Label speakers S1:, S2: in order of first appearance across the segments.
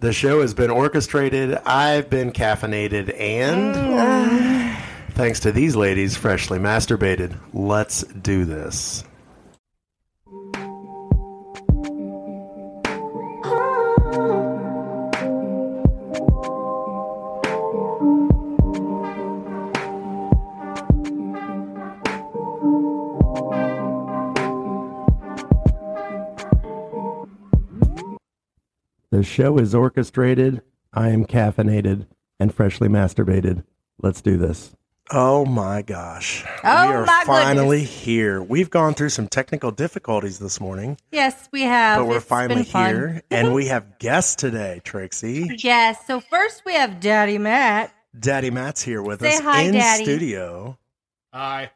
S1: The show has been orchestrated. I've been caffeinated, and thanks to these ladies, freshly masturbated. Let's do this. The show is orchestrated. I am caffeinated and freshly masturbated. Let's do this. Oh my gosh.
S2: Oh
S1: we are
S2: my goodness.
S1: finally here. We've gone through some technical difficulties this morning,
S2: Yes, we have.
S1: but we're
S2: Oh, It's
S1: finally
S2: been fun.
S1: here. and we have guests today, Trixie.
S2: Yes. So first we have Daddy Matt.
S1: Daddy Matt's here with
S2: Say
S1: us
S2: hi,
S1: in
S2: Daddy.
S1: studio.
S3: Hi.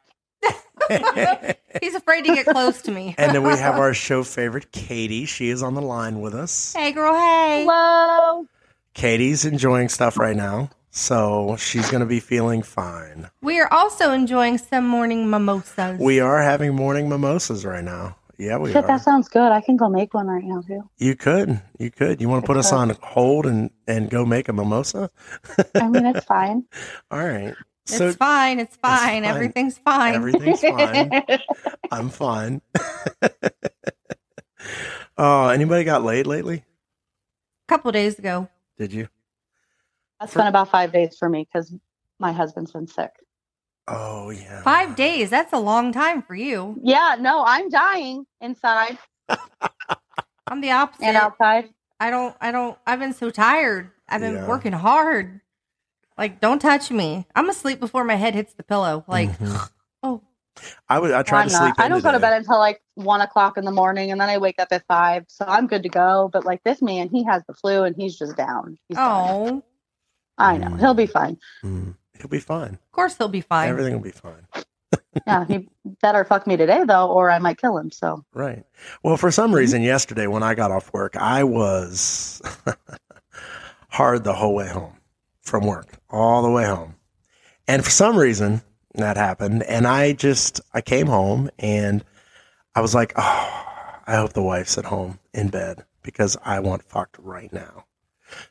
S2: He's afraid to get close to me.
S1: And then we have our show favorite, Katie. She is on the line with us.
S2: hey, girl. Hey.
S4: Hello.
S1: Katie's enjoying stuff right now, so she's going to be feeling fine.
S2: We are also enjoying some morning mimosas.
S1: We are having morning mimosas right now. Yeah, we
S4: Shit,
S1: are.
S4: that sounds good. I can go make one right now too.
S1: You could, you could. You want to put us on hold and and go make a mimosa?
S4: I mean, it's fine.
S1: All right.
S2: it's
S1: So
S2: fine. It's fine.
S1: fine.
S2: Everything's fine.
S1: everything's fine. I'm fine. oh, anybody got laid lately?
S2: a couple days ago.
S1: Did you?
S4: That's been about five days for me because my husband's been sick.
S1: Oh yeah.
S2: Five days. That's a long time for you.
S4: Yeah, no, I'm dying inside
S2: I'm the opposite.
S4: and outside.
S2: I don't. I don't. I've been so tired. I've been
S1: Yeah.
S2: working hard. Like, don't touch me. I'm asleep before my head hits the pillow. Like,
S1: Mhm.
S2: oh,
S1: I would. I tried
S4: I'm
S1: to sleep.
S4: not. I
S1: in
S4: don't go to
S1: today.
S4: bed until like one o'clock in the morning, and then I wake up at five, so I'm good to go. But like this man, he has the flu and he's just down. He's done.
S2: oh.
S4: I know he'll be fine.
S1: Mm. He'll be fine.
S2: Of course, he'll be fine.
S1: Everything will be fine.
S4: Yeah, he better fuck me today though, or I might kill him. So
S1: Right. Well, for some reason, yesterday when I got off work, I was hard the whole way home from work, all the way home. And for some reason, that happened. And I just, I came home and I was like, oh, I hope the wife's at home in bed because I want fucked right now.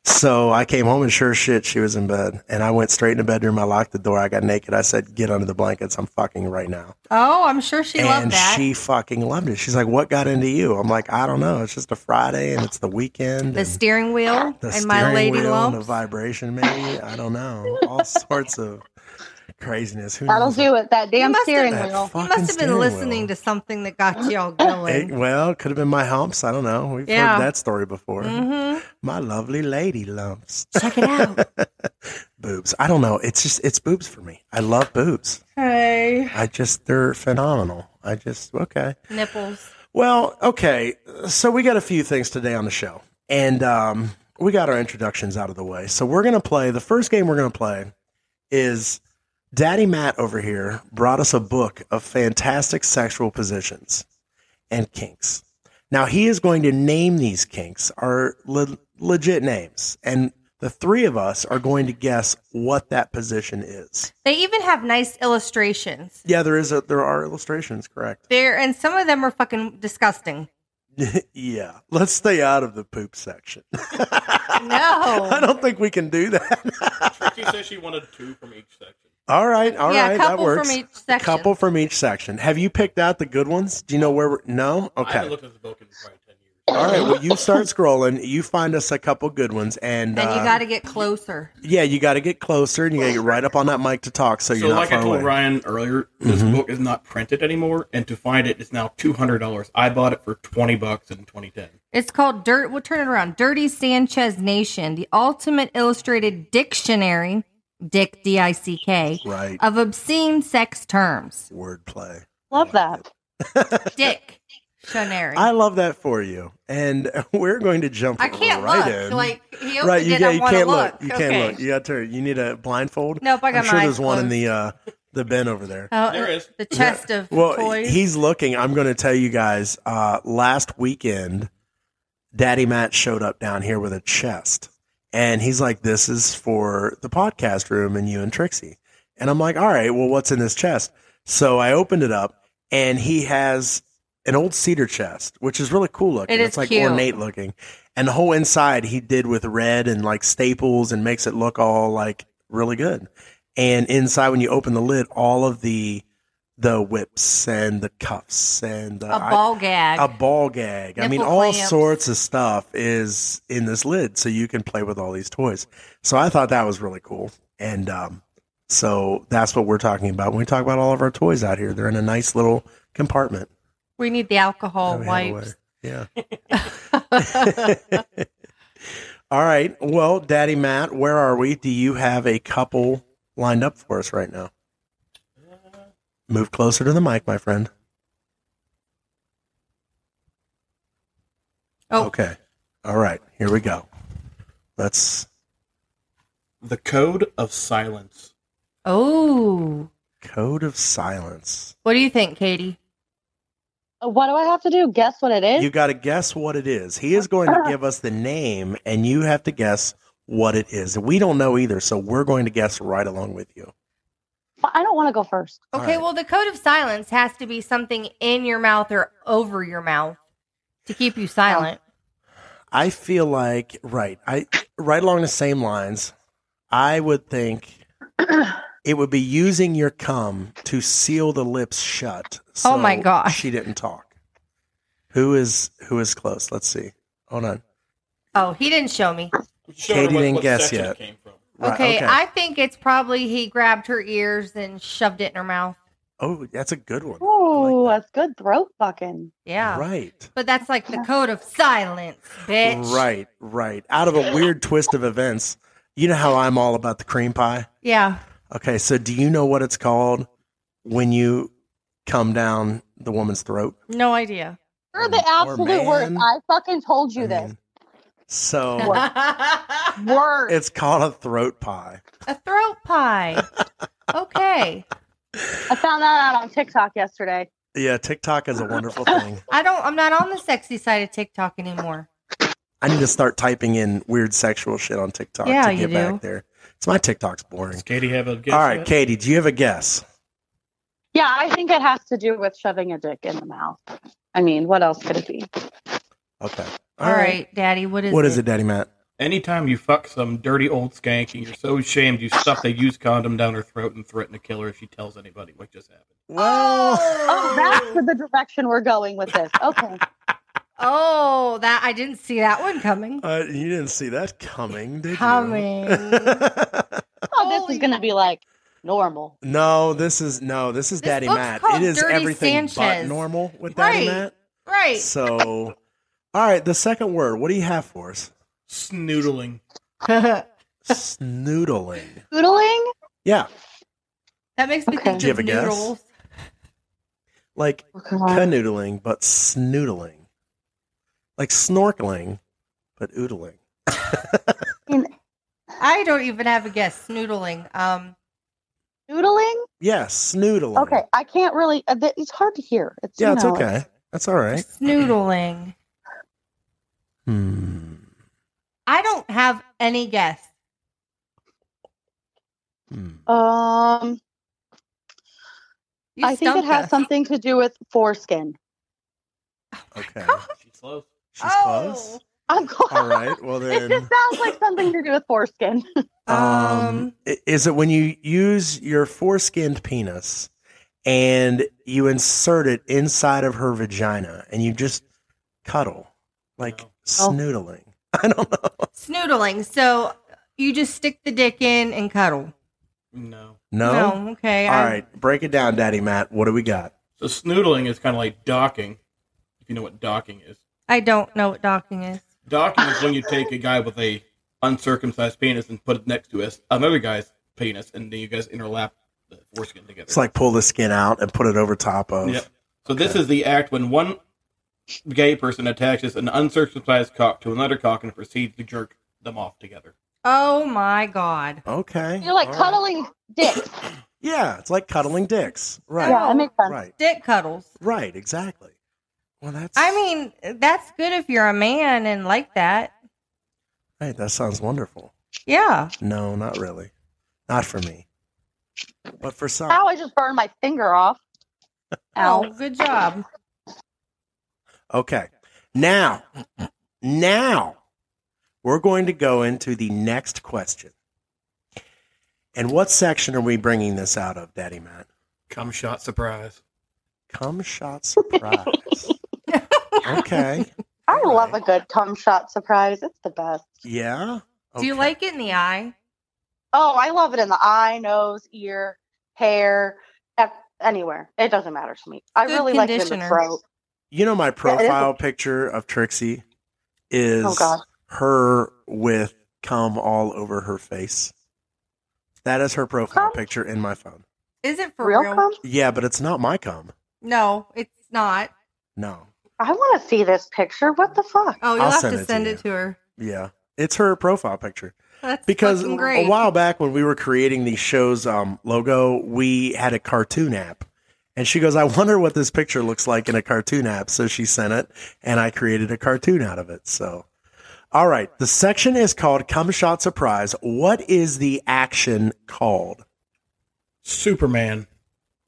S1: So I came home and sure as shit, she was in bed. And I went straight into the bedroom. I locked the door. I got naked. I said, get under the blankets. I'm fucking right now
S2: Oh, I'm sure she loved
S1: and
S2: that.
S1: she fucking loved it. She's like, "What got into you?" I'm like, "I don't know. It's just a Friday and it's the weekend."
S2: the
S1: and
S2: steering wheel
S1: the
S2: and my
S1: steering
S2: lady
S1: wheel and
S2: lumps.
S1: the vibration, maybe. I don't know. All sorts of craziness. Who
S4: that'll
S1: knows?
S4: do it. That damn
S2: must have-
S4: steering
S1: That
S4: wheel.
S2: you
S1: fucking
S2: must have
S1: steering
S2: been listening
S1: wheel.
S2: to something that got you all
S1: It,
S2: going.
S1: well, could have been my humps. I don't know. We've
S2: Yeah.
S1: heard that story before.
S2: hmm
S1: My lovely lady lumps,
S2: Check it out.
S1: boobs. I don't know. It's just it's boobs for me. I love boobs.
S2: hey,
S1: I just they're phenomenal. I just okay.
S2: nipples.
S1: Well, okay. So we got a few things today on the show, and um, we got our introductions out of the way. So we're gonna play. The first game we're gonna play is Daddy Matt over here brought us a book of fantastic sexual positions and kinks. Now he is going to name these kinks are le- legit names, and the three of us are going to guess what that position is.
S2: They even have nice illustrations.
S1: Yeah, there is a there are illustrations, correct?
S2: There and some of them are fucking disgusting.
S1: yeah, let's stay out of the poop section. no, I don't think we can do that.
S3: Trixie says she wanted two from each section.
S1: all right, all right,
S2: yeah, a
S1: that
S2: couple
S1: works.
S2: from each section.
S1: Couple from each section. Have you picked out the good ones? Do you know where? We're, no,
S3: I
S1: okay.
S3: haven't looked at the book in probably 10 years.
S1: All right. Well, you start scrolling. You find us a couple good ones, and,
S2: and you
S1: uh,
S2: got to get closer.
S1: yeah, you got to get closer, and you got to get right up on that mic to talk. So,
S3: So,
S1: you're not
S3: like I
S1: far
S3: told
S1: away.
S3: Ryan earlier, this
S1: Mhm.
S3: book is not printed anymore, and to find it is now two hundred dollars. I bought it for twenty bucks in twenty ten.
S2: It's called Dirt. We'll turn it around. Dirty Sanchez Nation, the ultimate illustrated dictionary, Dick D I C K,
S1: Right.
S2: of obscene sex terms.
S1: Wordplay.
S4: Love that.
S2: Dick Shonary.
S1: I
S2: I,
S1: love that for you, and we're going to jump.
S2: can't
S1: right
S2: look.
S1: in.
S2: Like he opened
S1: right, you,
S2: it.
S1: yeah,
S2: I
S1: you
S2: want to
S1: can't
S2: look.
S1: look. You
S2: okay.
S1: can't look. You got to. You need a blindfold.
S2: Nope, I got
S1: I'm sure
S2: my
S1: there's
S2: eyes
S1: one in
S2: closed.
S1: the uh, the bin over there.
S2: Oh,
S3: There
S2: uh,
S3: is.
S2: the chest of
S1: Well,
S2: toys.
S1: he's looking. I'm going to tell you guys. Uh, last weekend, Daddy Matt showed up down here with a chest, and he's like, "This is for the podcast room and you and Trixie." And I'm like, "All right, well, what's in this chest?" So I opened it up, and he has an old cedar chest, which is really cool looking.
S2: It is
S1: it's like
S2: cute.
S1: ornate looking. And the whole inside he did with red and like staples and makes it look all like really good. And inside when you open the lid, all of the the whips and the cuffs and the
S2: a ball gag.
S1: a ball gag. I mean,
S2: Nipple
S1: all
S2: clamps.
S1: sorts of stuff is in this lid, so you can play with all these toys. So I thought that was really cool, and um, so that's what we're talking about when we talk about all of our toys out here. They're in a nice little compartment.
S2: we need the alcohol
S1: that we have away.
S2: wipes.
S1: Yeah. all right. Well, Daddy Matt, where are we? Do you have a couple lined up for us right now? Move closer to the mic, my friend.
S2: Oh.
S1: Okay. All right. Here we go. Let's
S3: The Code of Silence.
S2: Oh,
S1: code of silence.
S2: what do you think, Katie?
S4: Uh, What do I have to do? Guess what it is?
S1: You got to guess what it is. He is going to give us the name, and you have to guess what it is. We don't know either, so we're going to guess right along with you.
S4: I don't want to go first.
S1: All
S2: Okay,
S1: right.
S2: well, the code of silence has to be something in your mouth or over your mouth to keep you silent.
S1: I feel like right. I right along the same lines. I would think it would be using your cum to seal the lips shut.
S2: Oh my gosh.
S1: She didn't talk. Who is who is close? Let's see. Hold on.
S2: Oh, he didn't show me.
S3: Showing
S1: Katie
S3: what-
S1: didn't
S3: what
S1: guess
S3: section it
S1: yet.
S3: Came from.
S1: Right,
S2: okay, I think it's probably he grabbed her ears and shoved it in her mouth.
S1: oh, that's a good one.
S4: Ooh,
S1: I like
S4: that's good throat fucking.
S2: Yeah.
S1: Right.
S2: But that's like the code of silence, bitch.
S1: Right. Right. Out of a weird twist of events, you know how I'm all about the cream pie.
S2: Yeah.
S1: Okay, so do you know what it's called when you come down the woman's throat?
S2: No idea.
S4: You're
S1: Or
S4: the absolute worst.
S1: Mm, man.
S4: I fucking told you
S1: I
S4: this.
S1: mean, So
S2: a
S4: Word.
S1: it's called a throat pie.
S2: throat pie. Okay.
S4: I found that out on TikTok yesterday.
S1: Yeah, TikTok is a wonderful thing.
S2: I don't I'm not on the sexy side of TikTok anymore.
S1: I need to start typing in weird sexual shit on TikTok
S2: Yeah,
S1: to
S2: you
S1: get back
S2: do.
S1: there. It's my TikTok's boring.
S3: Does Katie have a guess?
S1: All right,
S3: yet?
S1: Katie, do you have a guess?
S4: Yeah, I think it has to do with shoving a dick in the mouth. I mean, what else could it be?
S1: Okay.
S2: All right, Daddy, what is
S1: What is it, Daddy Matt?
S3: Anytime you fuck some dirty old skank and you're so ashamed you stuff a used condom down her throat and threaten to kill her if she tells anybody what just happened.
S1: Well,
S4: Oh, that's the direction we're going with this. Okay.
S2: Oh, that I didn't see that one coming.
S1: uh, you didn't see that coming, did
S2: Coming.
S1: you?
S4: Oh, this
S2: Holy-
S4: is going to be like normal.
S1: no, this is no, this is
S2: This
S1: Daddy
S2: book's
S1: Matt. It
S2: called
S1: is
S2: Dirty
S1: everything but
S2: Sanchez.
S1: normal with Daddy
S2: Right.
S1: Matt.
S2: Right.
S1: So, all right, the second word. What do you have for us?
S3: Snoodling.
S2: that
S1: Snoodling.
S4: Doodling?
S1: Yeah,
S2: makes me
S4: Okay.
S2: think
S1: Do you
S2: of
S1: have a guess?
S2: noodles.
S1: like
S4: Uh,
S1: canoodling, but snoodling. Like snorkeling, but oodling.
S2: I don't even have a guess. Snoodling. Um
S4: Doodling?
S1: Yeah, snoodling.
S4: Okay. I can't really, uh, th- it's hard to hear. It's,
S1: Yeah,
S4: you
S1: it's
S4: know,
S1: okay. That's all right.
S2: snoodling.
S1: Hmm.
S2: I don't have any guess.
S1: Hmm.
S4: Um,
S2: You
S4: I think it
S2: stumped
S4: has
S2: us.
S4: something to do with foreskin.
S1: Okay.
S3: She's close.
S1: She's
S2: Oh.
S1: close.
S4: I'm glad.
S1: All right. Well,
S4: It
S1: then.
S4: just sounds like something to do with foreskin.
S1: Um,
S2: Um,
S1: i- is it when you use your foreskinned penis and you insert it inside of her vagina and you just cuddle like
S4: Oh.
S3: No.
S1: snoodling? I don't know.
S2: snoodling. So you just stick the dick in and cuddle.
S3: No.
S1: No.
S2: okay.
S1: All
S2: I-
S1: right, break it down, Daddy Matt. What do we got?
S3: So snoodling is kind of like docking, if you know what docking is.
S2: I don't know what docking is.
S3: Docking is when you take a guy with a uncircumcised penis and put it next to us, another guy's penis, and then you guys interlap the foreskin together.
S1: It's like pull the skin out and put it over top of.
S3: Yep. So this is the act when one gay person attaches an uncircumcised cock to another cock and proceeds to jerk them off together.
S2: Oh my god.
S1: Okay.
S4: You're like
S1: all right.
S4: cuddling dicks.
S1: Yeah, it's like cuddling dicks. Right.
S4: Yeah, uh, it makes sense.
S1: Right.
S2: Dick cuddles.
S1: Right. Exactly. Well, that's.
S2: I mean, that's good if you're a man and like that.
S1: Right, that sounds wonderful.
S2: Yeah.
S1: No, not really. Not for me. But for some.
S4: Ow, I just burned my finger off.
S2: Oh,
S4: Ow.
S2: good job.
S1: Okay. Now, now we're going to go into the next question. And what section are we bringing this out of, Daddy Matt?
S3: Come shot surprise.
S1: Come shot surprise. okay.
S4: I love a good cum shot surprise. It's the best.
S1: Yeah.
S2: Do you
S1: Okay.
S2: like it in the eye?
S4: Oh, I love it in the eye, nose, ear, hair, e- anywhere. It doesn't matter to me. I
S2: Good
S4: really like it in the
S2: conditioner.
S4: throat.
S1: You know, my
S4: is-
S1: profile picture of Trixie is
S4: Oh, God.
S1: her with cum all over her face. That is her profile
S4: Cum?
S1: picture in my phone.
S2: Is it for real?
S4: Real, cum?
S1: Yeah, but it's not my cum.
S2: No, it's not.
S1: No.
S4: I want to see this picture. What the fuck?
S2: Oh, you'll
S1: I'll
S2: have
S1: send it
S2: to
S1: to
S2: send
S1: you.
S2: it to her.
S1: Yeah. It's her profile picture.
S2: That's
S1: Because
S2: fucking great.
S1: a while back when we were creating the show's um, logo, we had a cartoon app. And she goes, I wonder what this picture looks like in a cartoon app. So she sent it and I created a cartoon out of it. So, all right. The section is called Come Shot Surprise. What is the action called?
S3: Superman.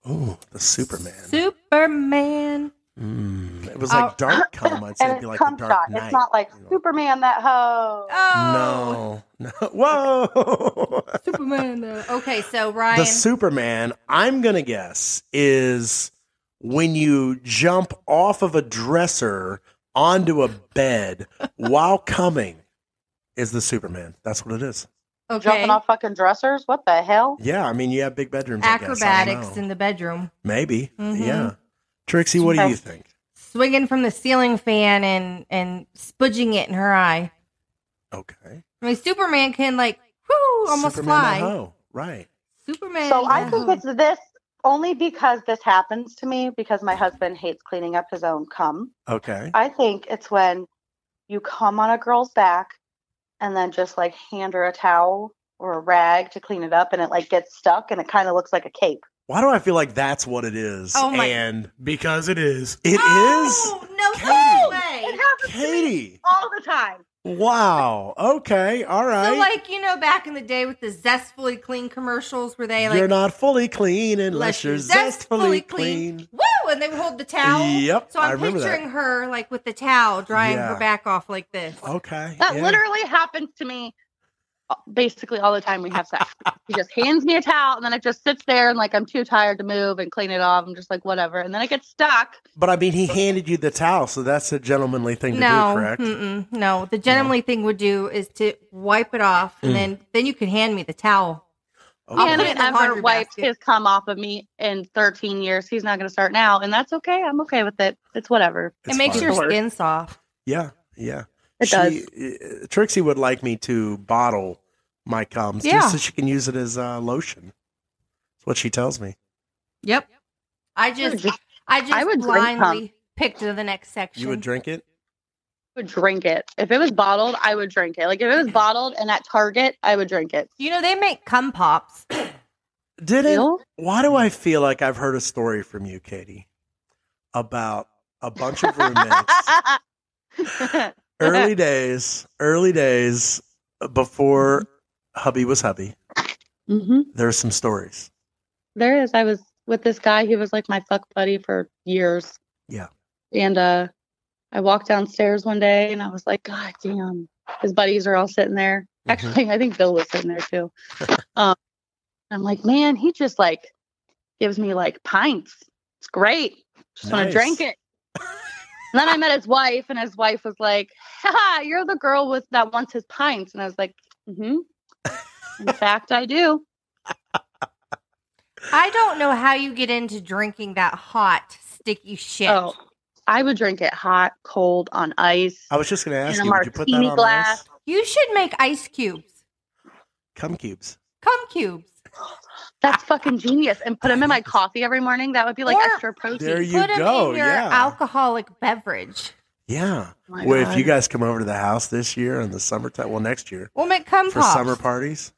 S1: Oh, the Superman.
S2: Superman.
S1: Mm, it was
S2: Oh.
S1: like dark cum. I'd say
S4: and
S1: it'd
S4: it's
S1: be like the
S4: cum
S1: dark
S4: shot.
S1: knight.
S4: It's not like
S1: you know.
S4: Superman that hoe.
S2: Oh,
S1: No, no. Whoa.
S2: Superman. Though. Okay, so Ryan.
S1: The Superman, I'm going to guess, is when you jump off of a dresser onto a bed while coming, is the Superman. That's what it is.
S2: okay.
S4: Jumping off fucking dressers. What the hell?
S1: Yeah. I mean, you have big bedrooms. I guess. I don't
S2: Acrobatics
S1: know.
S2: in the bedroom.
S1: Maybe.
S2: Mhm.
S1: Yeah. Trixie, what do
S4: Okay.
S1: you think?
S2: Swinging from the ceiling fan and and spudging it in her eye.
S1: Okay.
S2: I mean, Superman can like, whoo, almost
S1: Superman the
S2: fly.
S1: Hoe. Right.
S2: Superman.
S4: So I
S2: the
S4: think
S2: hoe.
S4: it's this only because this happens to me because my husband hates cleaning up his own cum.
S1: Okay.
S4: I think it's when you come on a girl's back and then just like hand her a towel or a rag to clean it up and it like gets stuck and it kind of looks like a cape.
S1: Why do I feel like that's what it is?
S2: Oh, my-
S1: And
S3: Because it is.
S1: it is
S2: Oh, no
S1: Katie.
S2: way.
S4: happens
S1: Katie.
S4: all the time.
S1: Wow. Okay. All right.
S2: So like you know back in the day with the zestfully clean commercials where they like
S1: you're not fully clean unless
S2: Unless
S1: you're
S2: you're
S1: zestfully
S2: zestfully
S1: clean.
S2: clean. woo and they would hold the towel.
S1: Yep,
S2: So
S1: I
S2: I'm
S1: remember that.
S2: picturing her like with the towel drying
S1: Yeah. Oh,
S2: her back off like this.
S1: Okay.
S4: That
S1: yeah.
S4: literally happens to me uh, basically all the time we have sex. he just hands me a towel and then it just sits there and like I'm too tired to move and clean it off. I'm just like whatever and then it gets stuck.
S1: But I mean, he handed you the towel, so that's a gentlemanly thing to do,
S2: no,
S1: correct?
S2: mm-mm, no. The gentlemanly thing would do is to wipe it off, and
S1: Mm.
S2: then then you can hand me the towel. I'll
S1: Okay.
S2: put
S4: Hannah
S2: it in the
S4: ever
S2: laundry
S4: wiped
S2: basket.
S4: his cum off of me in 13 years. He's not going to start now, and that's okay. I'm okay with it. It's whatever.
S1: It's
S2: it makes
S1: fine.
S2: your
S4: Lord.
S2: skin soft.
S1: Yeah. Yeah.
S4: It does.
S1: does. Trixie would like me to bottle my cums
S2: Yeah.
S1: just so she can use it as uh, lotion. That's what she tells me.
S2: Yep. I
S4: I would
S2: just
S4: just
S2: I just
S4: I would drink
S2: blindly picked the next section.
S1: You would drink it?
S4: would drink it. If it was bottled, I would drink it. Like if it was bottled and at Target, I would drink it.
S2: you know they make cum pops.
S1: Did it?
S4: Ew.
S1: Why do I feel like I've heard a story from you, Katie, about a bunch of roommates early days, early days uh, before
S4: Mm-hmm.
S1: hubby was hubby,
S4: Mhm.
S1: there are some stories.
S4: There is. I was with this guy. He was like my fuck buddy for years.
S1: Yeah.
S4: And uh, I walked downstairs one day and I was like, God damn. His buddies are all sitting there.
S1: Mhm.
S4: Actually, I think Bill was sitting there too. um, I'm like, man, he just like gives me like pints. It's great. Just want
S1: Nice.
S4: to drink it. and then I met his wife, and his wife was like, "Ha, you're the girl with that wants his pints." And I was like, "Hmm." In fact, I do.
S2: I don't know how you get into drinking that hot sticky shit.
S4: Oh, I would drink it hot, cold, on ice.
S1: I was just going to ask
S4: In a
S1: you, would you put that
S4: martini
S1: on
S4: glass.
S1: ice?
S2: You should make ice cubes,
S1: Cum cubes.
S2: cum cubes.
S4: That's fucking genius. And put them in my coffee every morning. That would be like
S2: Or-
S4: extra protein.
S1: There you
S2: Put them
S1: go.
S2: in your
S1: yeah.
S2: alcoholic beverage.
S1: yeah.
S4: Oh my
S1: well, if
S4: God.
S1: you guys come over to the house this year in the summertime, well, next year
S2: We'll make cum
S1: for
S2: pops.
S1: summer parties,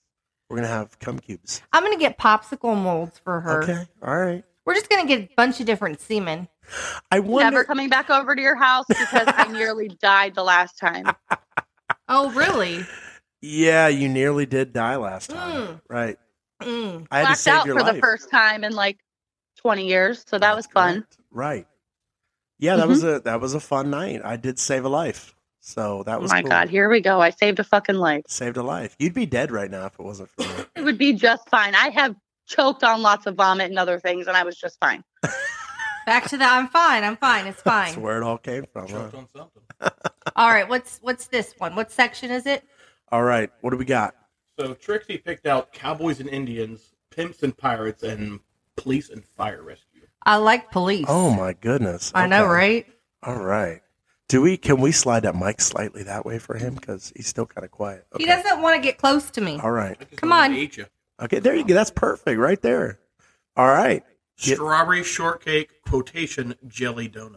S1: we're going to have cum cubes.
S2: I'm gonna get popsicle molds for her.
S1: Okay. All right.
S2: We're just gonna get a bunch of different semen.
S1: I
S4: Never
S1: wonder.
S4: coming back over to your house because I nearly died the last time.
S2: Oh, really?
S1: Yeah, you nearly did die last time.
S2: Mm.
S1: Right.
S2: Mm.
S1: I had to
S4: Blacked
S1: save
S4: out
S1: your
S4: for
S1: life.
S4: the first time in like 20 years. So that was
S1: That's
S4: fun. Mm-hmm.
S1: correct. Right. Yeah, that was a that was a fun night. I did save a life. So that
S4: Oh
S1: was
S4: my
S1: cool.
S4: God, here we go. I saved a fucking life.
S1: Saved a life. You'd be dead right now if it wasn't for me.
S4: It would be just fine. I have choked on lots of vomit and other things, and I was just fine.
S2: Back to the I'm fine. I'm fine. It's
S1: That's
S2: fine.
S1: where it all came from. huh?
S3: Choked on something.
S2: All right. What's what's this one? What section is it?
S1: All right, what do we got?
S3: So Trixie picked out cowboys and Indians, pimps and pirates, and police and fire rescue.
S2: I like police.
S1: Oh my goodness.
S2: I know,
S1: Okay.
S2: right?
S1: All right. Do we can we slide that mic slightly that way for him because he's still kind of quiet. Okay.
S2: He doesn't want to get close to me.
S1: All right.
S3: I just
S2: Come
S3: don't wanna
S2: on.
S3: eat ya.
S1: Okay, there you go. That's perfect right there. All right. Yeah.
S3: Strawberry shortcake quotation jelly donut.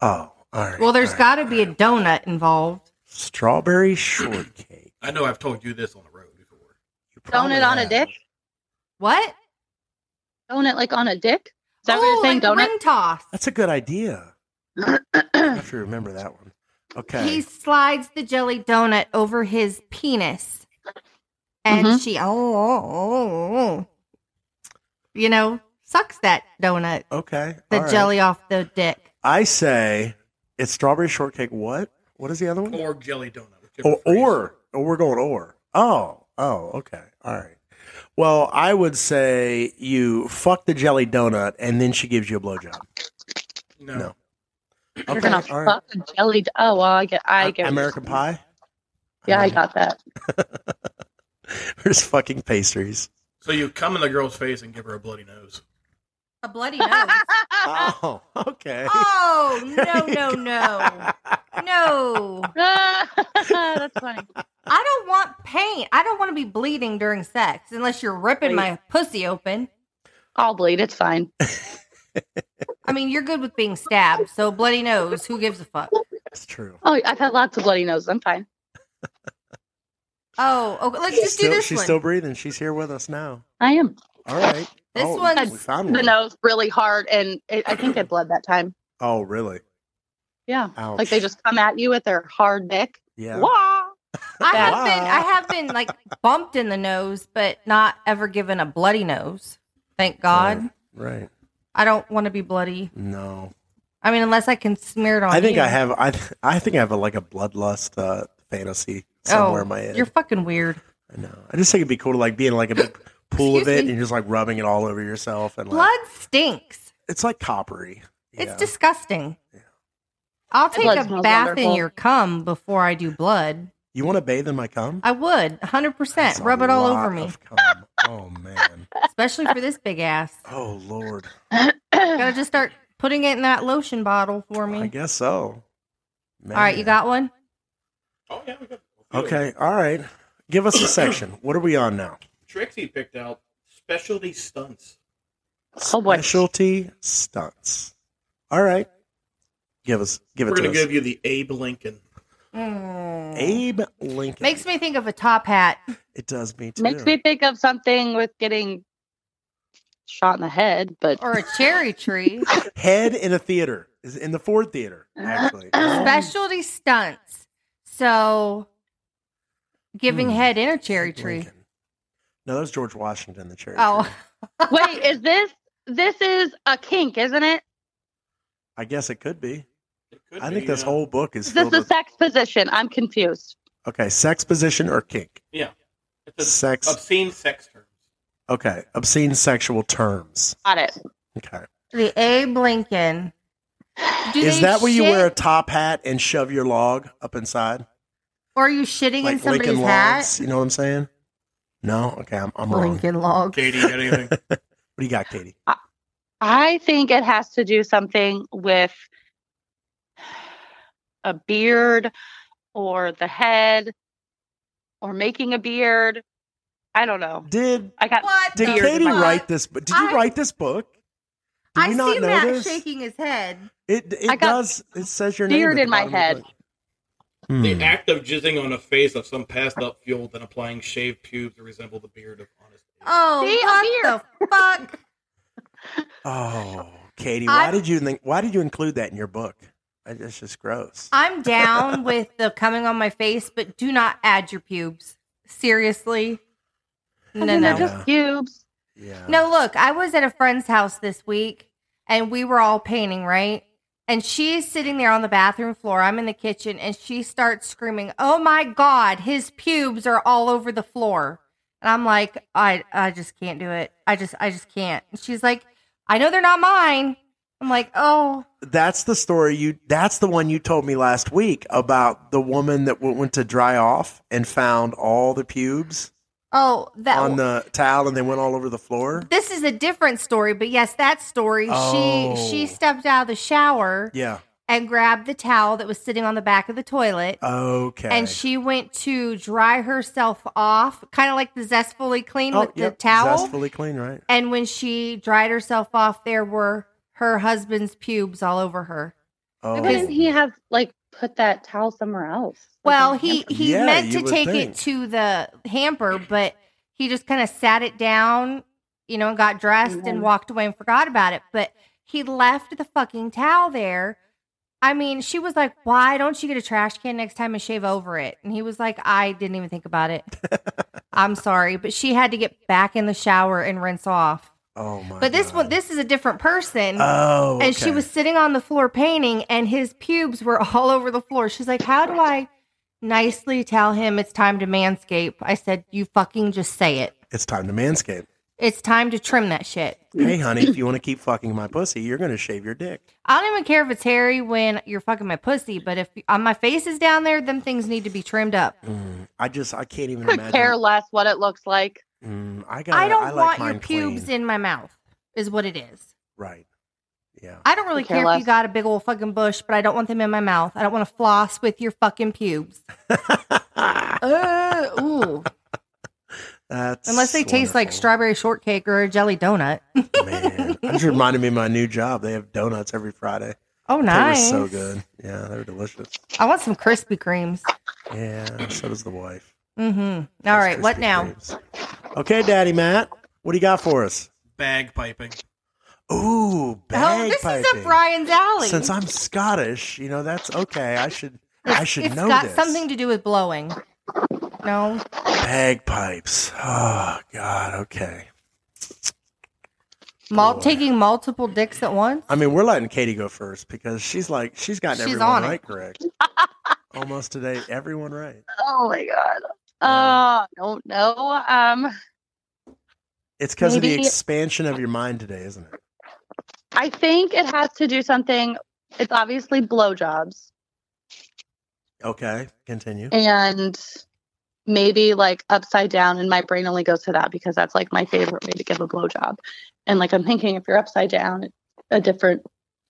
S1: Oh, all right.
S2: Well, there's
S1: all right.
S2: got to be a donut involved.
S1: strawberry shortcake.
S3: I know I've told you this on the road before.
S1: You probably
S4: Donut on a
S1: have.
S4: dick?
S2: What?
S4: Donut like on a dick? Is that what
S2: Oh,
S4: you're saying?
S2: like a ring toss.
S1: That's a good idea. I
S4: Donut?
S1: have to remember that one. Okay.
S2: He slides the jelly donut over his penis, and
S4: Mhm.
S2: she oh, oh, oh, you know, sucks that donut,
S1: okay.
S2: the
S1: all right.
S2: jelly off the dick.
S1: I say it's strawberry shortcake. What? What is the other one?
S3: Or jelly donut. whichever
S1: Or,
S3: phrase.
S1: or, or we're going or. Oh, oh, okay. All right. Well, I would say you fuck the jelly donut and then she gives you a blowjob.
S3: no.
S1: no.
S4: You're gonna
S1: all right.
S4: fuck a jelly. d- Oh well, I get. I
S1: A-
S4: get.
S1: American Pie.
S4: Yeah, I
S1: mean,
S4: got that.
S1: There's fucking pastries.
S3: So you come in the girl's face and give her a bloody nose.
S2: A bloody nose.
S1: Oh, okay.
S2: oh no no
S4: Oh.
S2: no no!
S4: That's funny.
S2: I don't want pain. I don't want to be bleeding during sex unless you're ripping my pussy open.
S4: I'll bleed. It's fine.
S2: I mean, you're good with being stabbed, so bloody nose. Who gives a fuck?
S1: That's true.
S4: Oh, I've had lots of bloody noses. I'm fine.
S2: Oh, okay. Let's
S1: She's
S2: just do
S1: still,
S2: this
S1: she's
S2: one.
S1: still breathing. She's here with us now.
S4: I am.
S1: All right.
S2: This
S1: oh,
S2: one's
S1: we found
S4: The
S1: one.
S4: nose really hard, and it, I think I bled that time.
S1: Oh, really?
S4: Yeah,
S1: Ouch.
S4: like they just come at you with their hard dick.
S1: yeah.
S4: Wah!
S2: I have been
S1: Wow.
S2: I have been like bumped in the nose, but not ever given a bloody nose. Thank God.
S1: Right. Right.
S2: I don't want to be bloody.
S1: No.
S2: I mean, unless I can smear it on.
S1: I think
S2: you.
S1: I have. I th- I think I have a, like a bloodlust uh, fantasy somewhere
S2: Oh,
S1: in my head.
S2: You're fucking weird.
S1: I know. I just think it'd be cool to like be in like a big pool of
S2: Excuse
S1: it
S2: me.
S1: and just like rubbing it all over yourself and like,
S2: Blood stinks.
S1: It's like coppery.
S2: It's
S1: Yeah.
S2: disgusting. I'll take
S4: blood
S2: a
S4: smells
S2: bath in
S4: wonderful.
S2: your cum before I do blood.
S1: You want to bathe in my cum?
S2: I would, 100%.
S1: That's a
S2: Rub it all
S1: lot
S2: over me,
S1: of cum. Oh man.
S2: especially for this big ass.
S1: Oh lord.
S2: Gotta just start putting it in that lotion bottle for
S1: I
S2: me.
S1: guess so. Man.
S2: All right, you got one?
S3: Oh yeah. We got
S1: Okay. All right. Give us a section. What are we on now?
S3: Trixie picked out specialty stunts.
S4: Oh boy.
S1: Specialty stunts. All right. Give us. Give
S3: We're
S1: it to
S3: gonna
S1: us.
S3: give you the Abe Lincoln.
S2: Mm.
S1: Abe Lincoln.
S2: Makes me think of a top hat.
S1: It does me too.
S4: Makes me think of something with getting shot in the head, but
S2: or a cherry tree.
S1: Head in a theater. Is in the Ford Theater. Actually.
S2: Specialty stunts. So giving
S1: Hmm.
S2: head in a cherry tree.
S1: Lincoln. No, that was George Washington. The cherry.
S2: Oh,
S1: tree.
S4: wait, is this this is a kink, isn't it?
S1: I guess it could be.
S3: It could
S1: I
S3: be,
S1: think this
S3: uh,
S1: whole book is
S4: Is this
S1: filled
S4: a
S1: with
S4: sex position? I'm confused.
S1: okay, sex position or kink.
S3: yeah, it's a
S1: Sex.
S3: obscene sex terms.
S1: Okay, obscene sexual terms.
S4: Got it.
S1: Okay,
S2: the Abe Lincoln. Do
S1: is
S2: they
S1: that where you
S2: shit-
S1: wear a top hat and shove your log up inside,
S2: or are you shitting in
S1: like
S2: somebody's
S1: Lincoln
S2: hat?
S1: logs? You know what I'm saying? No. Okay, I'm, I'm wrong.
S2: Lincoln log.
S3: Katie, you got anything?
S1: What do you got, Katie?
S4: I think it has to do something with a beard or the head or making a beard. I don't know.
S1: Did
S4: I got
S2: What?
S1: did
S2: the
S4: Beard
S1: Katie
S4: in my-
S2: fuck?
S1: write this? But did you
S2: I-
S1: write this book? Did
S2: I
S1: you not
S2: see
S1: know
S2: Matt
S1: this?
S2: shaking his head.
S1: It it
S4: I got
S1: does. It says your name at
S4: beard
S1: the
S4: in my
S1: bottom of the
S4: head.
S1: book.
S3: the
S1: Hmm.
S3: act of jizzing on a face of some passed up fuel, then applying shaved pubes to resemble the beard of honest. Abe.
S2: Oh,
S4: See, a
S2: what the fuck?
S1: Oh, Katie, why
S2: I'm-
S1: did you think, why did you include that in your book? I- That's just gross.
S2: I'm down with the coming on my face, but do not add your pubes. Seriously.
S4: And
S2: No,
S4: then
S2: no.
S4: they're just cubes.
S1: yeah.
S2: No, look, I was at a friend's house this week and we were all painting, right? And she's sitting there on the bathroom floor. I'm in the kitchen and she starts screaming, Oh my God, his pubes are all over the floor. And I'm like, I, I just can't do it. I just, I just can't. And she's like, I know they're not mine. I'm like, Oh,
S1: That's the story you. That's the one you told me last week about the woman that w- went to dry off and found all the pubes
S2: oh, that
S1: on the towel, and they went all over the floor.
S2: this is a different story, but yes, that story.
S1: Oh.
S2: She she stepped out of the shower
S1: Yeah.
S2: and grabbed the towel that was sitting on the back of the toilet.
S1: Okay.
S2: And she went to dry herself off, kind of like the zestfully clean with the
S1: Oh, yep.
S2: towel.
S1: Zestfully clean, right?
S2: And when she dried herself off, there were her husband's pubes all over her.
S1: Oh,
S4: Why didn't he have like put that towel somewhere else? Like,
S2: Well,
S4: in the
S2: he
S4: hamper?
S2: he
S1: Yeah,
S2: meant
S1: you
S2: to
S1: would
S2: take
S1: think.
S2: it to the hamper, but he just kind of sat it down, you know, and got dressed
S4: Mhm.
S2: and walked away and forgot about it. But he left the fucking towel there. I mean, she was like, "Why don't you get a trash can next time and shave over it?" And he was like, "I didn't even think about it. I'm sorry, but she had to get back in the shower and rinse off."
S1: oh my.
S2: But this
S1: God.
S2: one, this is a different person.
S1: Oh.
S2: and she
S1: okay.
S2: was sitting on the floor painting and his pubes were all over the floor she's like how do i nicely tell him it's time to manscape i said you fucking just say it
S1: It's time to manscape.
S2: it's time to trim that shit
S1: Hey, honey, if you want to keep fucking my pussy, you're going to shave your dick.
S2: i don't even care if it's hairy when you're fucking my pussy but if uh, my face is down there them things need to be trimmed up
S1: Mm, I just, I can't even
S4: could
S1: imagine.
S4: care less what it looks like.
S1: Mm, I got.
S2: i don't
S1: like
S2: want
S1: mine
S2: your pubes
S1: clean.
S2: in my mouth is what it is
S1: Right. Yeah.
S2: i don't really
S4: Could care
S2: care if
S4: less.
S2: you got a big old fucking bush but i don't want them in my mouth i don't want to floss with your fucking pubes uh, ooh
S1: That's
S2: Unless they taste like
S1: wonderful.
S2: strawberry shortcake or a jelly donut.
S1: Man, that just reminded me of my new job. They have donuts every Friday.
S2: oh, nice.
S1: They were so good. Yeah, they were delicious.
S2: I want some Krispy Kremes.
S1: Yeah, so does the wife.
S2: Mm-hmm. All right, what now?
S1: Okay, Daddy Matt, what do you got for us?
S3: Bag piping.
S1: Ooh,
S2: Oh,
S1: bag
S2: this is
S1: piping.
S2: up Brian's alley.
S1: Since I'm Scottish, you know that's okay. I should, I should
S2: it's
S1: know
S2: got
S1: this.
S2: something to do with blowing. No,
S1: Bagpipes. Oh God. Okay.
S2: Mul-
S1: Boy.
S2: taking multiple dicks at once.
S1: I mean, we're letting Katie go first because she's like she's gotten
S2: She's
S1: everyone
S2: on it.
S1: right, correct? Almost today, everyone right.
S4: Oh my god.
S1: Yeah.
S4: Uh, don't know. Um,
S1: It's because of the
S4: Maybe-
S1: expansion of your mind today, isn't it?
S4: I think it has to do something. It's obviously blowjobs
S1: Okay, continue.
S4: and maybe like upside down. And my brain only goes to that because that's like my favorite way to give a blowjob. And like I'm thinking, if you're upside down, it's a different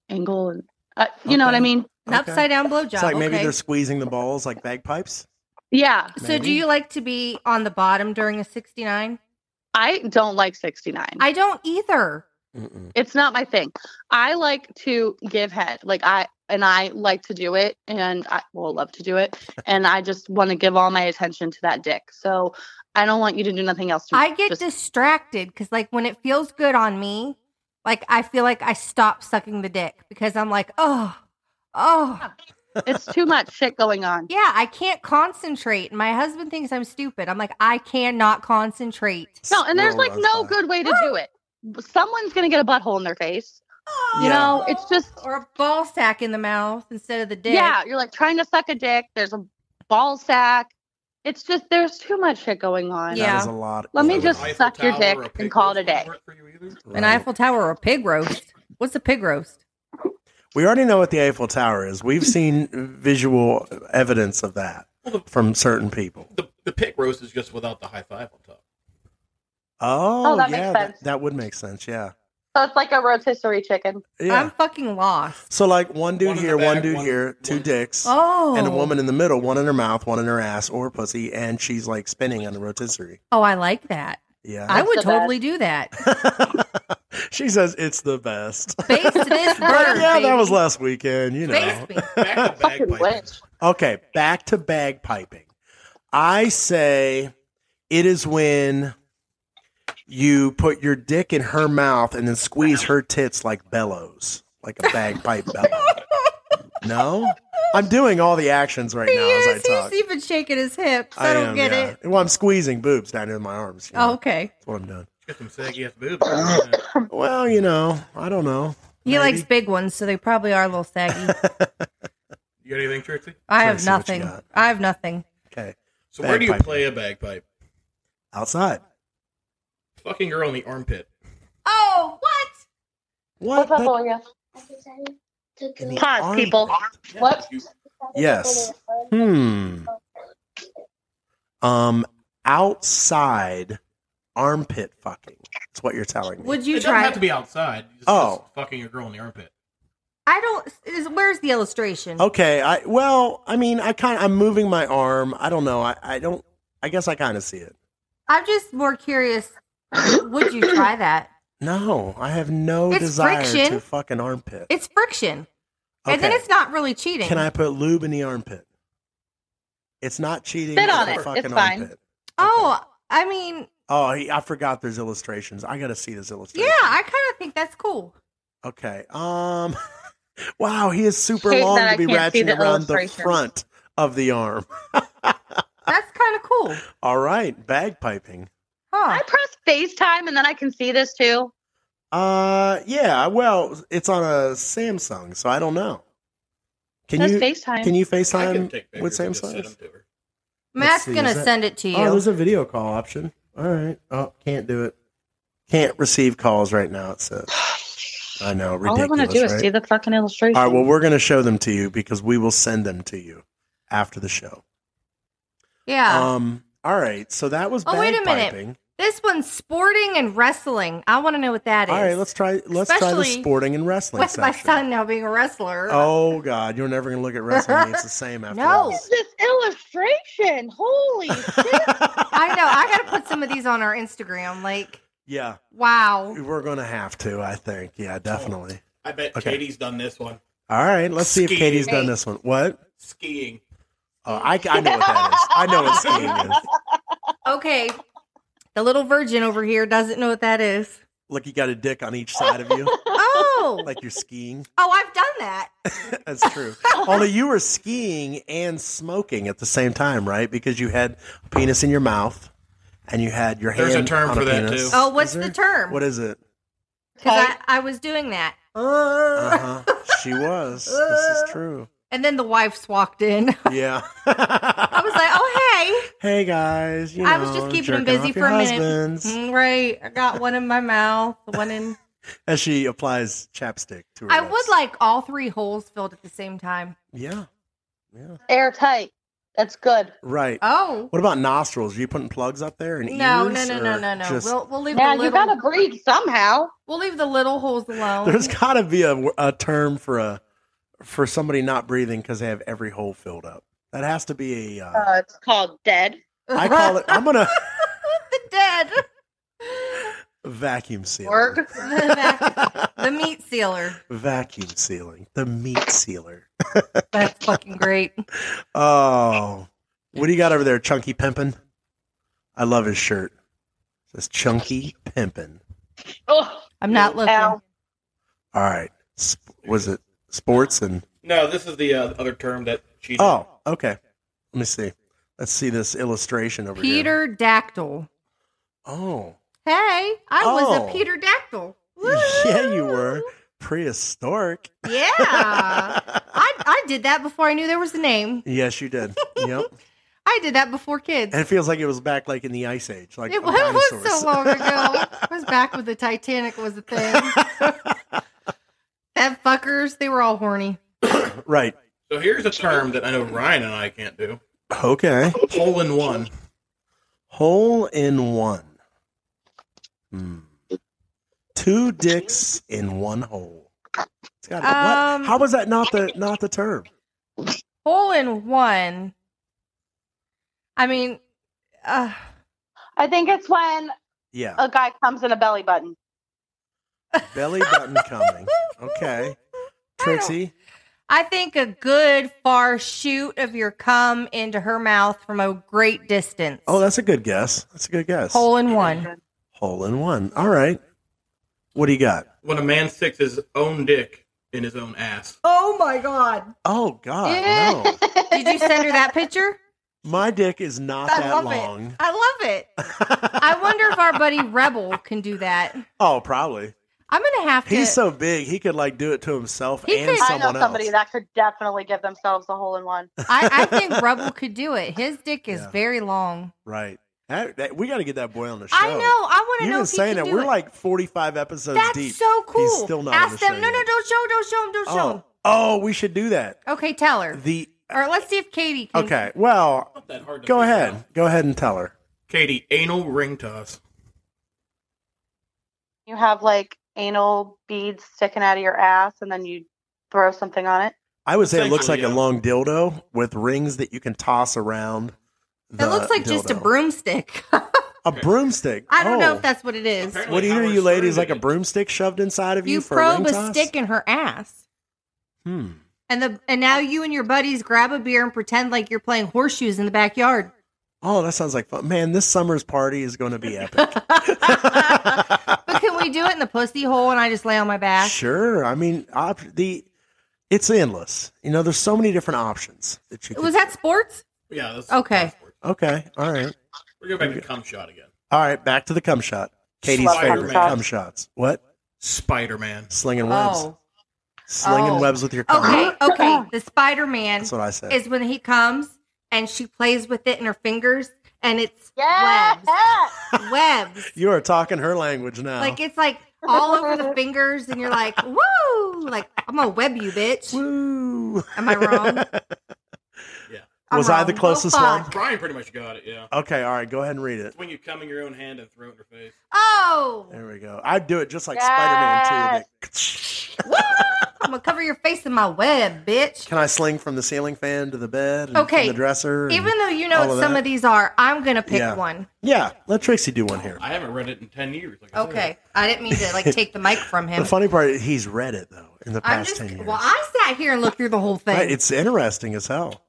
S4: angle. And uh, you know what
S1: Okay.
S4: I mean?
S2: An
S1: Okay.
S2: upside down blowjob.
S1: It's like maybe
S2: okay.
S1: they're squeezing the balls like bagpipes.
S4: Yeah,
S2: So, do
S1: maybe.
S2: you like to be on the bottom during a sixty-nine?
S4: I don't like 69.
S2: I don't either.
S1: Mm-mm.
S4: it's not my thing. I like to give head. Like I and I like to do it and I will love to do it and I just want to give all my attention to that dick. So I don't want you to do nothing else to me.
S2: I get
S4: Just-
S2: distracted because, like, when it feels good on me, like I feel like I stop sucking the dick because I'm like, oh, oh,
S4: it's too much shit going on.
S2: yeah, I can't concentrate. And my husband thinks I'm stupid. I'm like, I cannot concentrate.
S4: No, and there's
S1: Squirrel
S4: like
S1: runs
S4: no
S1: by.
S4: good way to do it. Someone's going to get a butthole in their face.
S1: You
S4: know, it's just-
S2: or a ball sack in the mouth instead of the dick.
S4: Yeah, you're like trying to suck a dick. There's a ball sack. It's just there's too much shit going on.
S1: That
S2: Yeah.
S1: is a lot.
S4: Let
S1: That
S4: me
S1: is
S4: just
S1: a lot.
S4: suck your
S3: Eiffel Tower
S4: dick
S3: or a
S4: and
S3: pig
S4: call it a
S3: roast wouldn't
S4: day.
S3: work for you either?
S2: an
S1: Right.
S2: Eiffel Tower or a pig roast. What's a pig roast?
S1: We already know what the Eiffel Tower is. We've seen visual evidence of that from certain people.
S3: The, the pig roast is just without the high five on top.
S1: Oh,
S4: that makes
S1: yeah,
S4: sense.
S1: That, that would make sense. Yeah,
S4: So it's like a rotisserie chicken.
S1: yeah.
S2: I'm fucking lost.
S1: so like one dude
S3: One in the
S1: here, one
S3: back,
S1: dude
S3: one-
S1: here, two
S3: one-
S1: dicks,
S2: Oh,
S1: and a woman in the middle, one in her mouth, one in her ass or pussy, and she's like spinning on the rotisserie.
S2: Oh, I like that. I
S1: Yeah,
S2: would
S4: the best.
S2: totally do that.
S1: she says it's the best.
S2: Baste this bird.
S1: yeah, that was
S2: baby.
S1: last weekend. You know.
S2: Baste me.
S3: Back to bag
S4: Fucking
S3: piping.
S4: witch.
S1: Okay, back to bagpiping. I say it is when you put your dick in her mouth and then squeeze her tits like bellows, like a bagpipe bellow. No? I'm doing all the actions right now as I
S2: Yes,
S1: talk.
S2: he's even shaking his hips. I, don't
S1: am,
S2: get
S1: yeah.
S2: it. Oh,
S1: Well, I'm squeezing boobs down into my arms. you know.
S2: okay.
S1: That's what I'm doing.
S3: Get some saggy ass boobs.
S1: Well, you know, I don't know.
S2: He
S1: maybe?
S2: likes big ones, so they probably are a little saggy.
S3: You got anything, Trixie?
S1: Tracy, what
S2: I have
S1: you
S2: nothing.
S1: got?
S2: I have nothing.
S1: okay.
S3: So where do you
S1: Bagpipe.
S3: play a bagpipe?
S1: Outside.
S3: Fucking girl in the armpit.
S2: Oh,
S1: What?
S2: what?
S1: the-
S4: Olya?
S1: in the
S4: Pause,
S1: arm-
S4: people. What?
S1: Yes. Hmm. Um, outside armpit fucking. That's what you're telling me.
S2: Would
S3: You
S2: you
S3: it doesn't
S2: try?
S3: have to be outside. It's
S1: Oh.
S3: just fucking a girl in the armpit.
S2: I don't. Is, where's the illustration?
S1: Okay. I well, I mean, I kind of I'm moving my arm. I don't know. I, I don't. I guess I kind of see it.
S2: I'm just more curious. Would you try that?
S1: No, I have no
S2: It's
S1: desire to
S2: friction.
S1: fucking armpit.
S2: It's friction, and then
S1: Okay.
S2: it's not really cheating.
S1: Can I put lube in the armpit? It's not cheating.
S4: Spit on
S1: a
S4: it.
S1: fucking
S4: It's fine.
S1: armpit.
S2: Oh, I mean,
S1: Oh, he- I forgot there's illustrations. I gotta see this illustration.
S2: yeah, I kind of think that's cool.
S1: Okay. Um. Wow, he is super
S4: Hate
S1: long
S4: that
S1: to
S4: I
S1: be
S4: can't see
S1: ratcheting
S4: the
S1: around the
S4: illustrations.
S1: front of the arm.
S2: That's kind of cool,
S1: All right, bagpiping.
S4: I
S2: huh?
S4: press FaceTime and then I can see this too.
S1: Uh, yeah. Well, it's on a Samsung, so I don't know. Can
S4: Press
S1: you
S4: FaceTime.
S1: can you
S3: I can
S1: FaceTime?
S3: take
S1: What
S3: pictures and just
S1: Samsung
S3: send
S1: is?
S3: them to her.
S2: Matt's
S1: see,
S2: gonna
S1: is that-
S2: send it to you.
S1: Oh, there's a video call option. All right. Oh, can't do it. Can't receive calls right now. It says. I know.
S4: All I
S1: Ridiculous.
S4: want to do is
S1: right?
S4: see the fucking illustration.
S1: All right. Well, we're going to show them to you because we will send them to you after the show.
S2: yeah.
S1: Um. All right. So that was.
S2: Oh, wait a minute.
S1: bagpiping.
S2: This one's sporting and wrestling. I want to know what that is.
S1: All right. Let's try. Let's try the
S2: Especially
S1: sporting and wrestling
S2: With my
S1: section.
S2: son now being a wrestler.
S1: Oh God, you're never going to look at wrestling. It's the same after.
S2: No.
S1: this.
S4: What is this illustration? Holy shit.
S2: I know. I got to put some of these on our Instagram. Like,
S1: Yeah,
S2: wow.
S1: we're going to have to. I think. Yeah, definitely.
S3: I bet
S1: Okay.
S3: Katie's done this one.
S1: All right. Let's see if
S3: Skiing.
S1: Katie's done this one. What?
S3: Skiing.
S1: Oh, I, I know what that is. I know what skiing is.
S2: Okay. The little virgin over here doesn't know what that is.
S1: Look, you got a dick on each side of you,
S2: Oh.
S1: like you're skiing.
S2: oh, I've done that.
S1: That's true. Only you were skiing and smoking at the same time, right? Because you had a penis in your mouth and you had your hand.
S3: There's a term
S1: on
S3: for that,
S1: penis.
S3: too.
S2: Oh, what's
S1: Is
S2: the
S1: there?
S2: term?
S1: What is it?
S2: Because I, I was doing that.
S1: Uh huh. She was. This is true.
S2: And then the wife's walked in.
S1: Yeah.
S2: I was like, oh, hey.
S1: hey guys, you
S2: I was
S1: know,
S2: just keeping
S1: jerking
S2: him busy
S1: off your
S2: for a minute.
S1: husbands.
S2: Mm, Right. I got one in my mouth, one in.
S1: As she applies chapstick to her.
S2: I
S1: lips.
S2: would like all three holes filled at the same time.
S1: Yeah. Yeah.
S4: Airtight. That's good.
S1: Right.
S2: Oh.
S1: What about nostrils? Are you putting plugs up there and
S2: No,
S1: ears?
S2: no, no,
S1: or
S2: no, no, no.
S1: just-
S2: We'll we'll leave
S4: Now
S2: the
S4: you
S2: little.
S4: gotta breathe somehow.
S2: We'll leave the little holes alone.
S1: There's got to be a, a term for a for somebody not breathing because they have every hole filled up. That has to be a. Uh,
S4: Uh, it's called dead.
S1: I call it. I'm gonna
S2: the dead,
S1: vacuum sealer.
S4: Org.
S2: the, vac- the meat sealer.
S1: vacuum sealing. The meat sealer.
S2: That's fucking great.
S1: Oh, what do you got over there, Chunky Pimpin? I love his shirt. It says Chunky Pimpin.
S4: Oh,
S2: I'm not looking.
S4: Ow.
S1: All right. Sp- was it sports and?
S3: No, this is the uh, other term that she did.
S1: Oh, okay. Let me see. Let's see this illustration over here.
S2: Peter Dactyl.
S1: Oh,
S2: Hey, I was
S1: Oh.
S2: a Peter Dactyl.
S1: yeah, you
S2: Woo!
S1: were prehistoric.
S2: Yeah, Uh, I I did that before I knew there was a name.
S1: yes, you did. Yep.
S2: I did that before kids.
S1: And it feels like it was back like in the ice age, like
S2: it
S1: of
S2: was
S1: dinosaurs.
S2: so long ago. I was back when the Titanic was a thing. that fuckers, they were all horny.
S1: right.
S3: So here's a term that I know Ryan and I can't do.
S1: Okay.
S3: Hole in one.
S1: Hole in one. Hmm. Two dicks in one hole. It's got
S2: Um,
S1: what? How was that not the not the term?
S2: hole in one. I mean, uh,
S4: I think it's when
S1: Yeah.
S4: a guy comes in a belly button.
S1: Belly button coming. Okay. Trixie.
S2: I think a good far shoot of your cum into her mouth from a great distance.
S1: Oh, that's a good guess. That's a good guess.
S2: hole in one.
S1: Hole in one. All right. What do you got?
S3: When a man sticks his own dick in his own ass.
S2: Oh my god!
S1: Oh God, no!
S2: Did you send her that picture?
S1: My dick is not
S2: I
S1: that
S2: love
S1: long.
S2: it. I love it. I wonder if our buddy Rebel can do that.
S1: oh, probably.
S2: I'm gonna have to.
S1: He's so big, he could like do it to himself
S2: He
S1: and
S2: could-
S4: I
S1: someone
S4: know somebody
S1: else.
S4: that could definitely give themselves a hole in one.
S2: I, I think Rubble could do it. His dick is
S1: Yeah.
S2: very long.
S1: right. That- that- we got to get that boy on the show.
S2: I know. I want to
S1: You've
S2: know.
S1: been
S2: if he
S1: saying
S2: can
S1: that
S2: do
S1: we're
S2: it.
S1: like 45 episodes
S2: That's
S1: deep.
S2: so cool.
S1: He's still not on
S2: Ask
S1: the
S2: them.
S1: show
S2: No, no,
S1: yet.
S2: don't show. Don't show him. Don't show him.
S1: Oh, oh, we should do that.
S2: Okay, tell her.
S1: The
S2: or let's see if Katie can.
S1: okay. Well,
S3: Not that hard to
S1: go
S3: figure
S1: ahead.
S3: out.
S1: Go ahead and tell her.
S3: Katie, anal ring toss.
S4: You have like anal beads sticking out of your ass, and then you throw something on it.
S1: I would say it looks like a
S3: Essentially, yeah.
S1: long dildo with rings that you can toss around.
S2: It
S1: the
S2: looks like just a
S1: dildo.
S2: broomstick.
S1: A broomstick.
S2: I don't know
S1: Oh.
S2: if that's what it is.
S3: Apparently
S1: What do you hear,
S3: Howard
S1: you ladies?
S3: Stern
S1: Like a
S3: did it.
S1: broomstick shoved inside of you,
S2: You
S1: for a ring
S2: probe a
S1: toss?
S2: stick in her ass,
S1: Hmm.
S2: and the and now you and your buddies grab a beer and pretend like you're playing horseshoes in the backyard.
S1: Oh, that sounds like fun. Man, this summer's party is going to be epic.
S2: But can we do it in the pussy hole and I just lay on my back?
S1: sure. I mean, op- the it's endless. You know, there's so many different options that you.
S2: Was
S1: could-
S2: that sports?
S3: Yeah. That's
S2: Okay.
S1: okay? All right.
S3: We're going back to cum shot again.
S1: All right. Back to the cum shot. Katie's
S3: Slap
S1: favorite
S3: cum
S1: cum shots. What?
S3: Spider Man.
S1: Slinging webs.
S2: Oh,
S1: Slinging
S2: Oh.
S1: webs with your cum.
S2: okay, okay. The Spider Man
S1: That's what I said.
S2: is when he comes and she plays with it in her fingers, and it's
S4: Yeah.
S2: webs, webs.
S1: you are talking her language now.
S2: Like it's like all over the fingers, and you're like, "Woo!" Like I'm gonna web you, bitch.
S1: Woo.
S2: Am I wrong? I'm
S1: Was I
S2: wrong.
S1: the closest
S2: Go
S1: one?
S2: fuck.
S3: Brian pretty much got it. Yeah.
S1: Okay, all right, go ahead and read it.
S3: It's when you come in your own hand and throw it in her face.
S2: Oh,
S1: There we go. I'd do it just like
S4: Yes.
S1: Spider Man too.
S2: I'm gonna cover your face in my web, bitch.
S1: Can I sling from the ceiling fan to the bed? And
S2: Okay.
S1: From the dresser. and-
S2: Even though you know
S1: all
S2: what
S1: of
S2: some
S1: that.
S2: of these are, I'm gonna pick
S1: Yeah.
S2: one.
S1: yeah, let Trixie do one here.
S3: I haven't read it in ten years. Like I said.
S2: Okay, I didn't mean to like take the mic from him.
S1: The funny part is he's read it though in the
S2: I'm
S1: past
S2: just
S1: ten years.
S2: well, I sat here and looked through the whole thing.
S1: right, it's interesting as hell.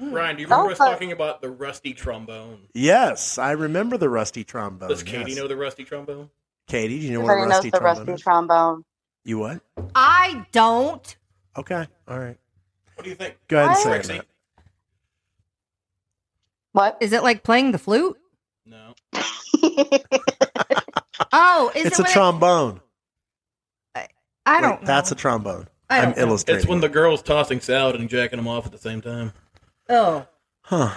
S3: Brian, Hmm. do you remember
S4: Sounds
S3: us
S4: like-
S3: talking about the rusty trombone?
S1: Yes, I remember the rusty trombone.
S3: Does Katie
S1: Oh, yes.
S3: know the rusty trombone?
S1: Katie, do you know what a
S4: Everybody knows
S1: rusty
S4: the
S1: trombone
S4: rusty
S1: is?
S4: trombone.
S1: you what?
S2: I don't.
S1: Okay, all right.
S3: What do you think?
S1: Go ahead
S4: What?
S1: and say
S3: Trixie?
S1: that.
S4: What?
S2: Is it like playing the flute?
S3: No.
S2: Oh, is
S1: it's
S2: it
S1: a
S2: when it-
S1: trombone.
S2: I don't.
S1: Wait, That's a
S2: know.
S1: trombone.
S2: I
S1: I'm
S2: don't know.
S1: illustrating.
S3: It's when the girl's tossing salad and jacking them off at the same time.
S2: Oh,
S1: huh.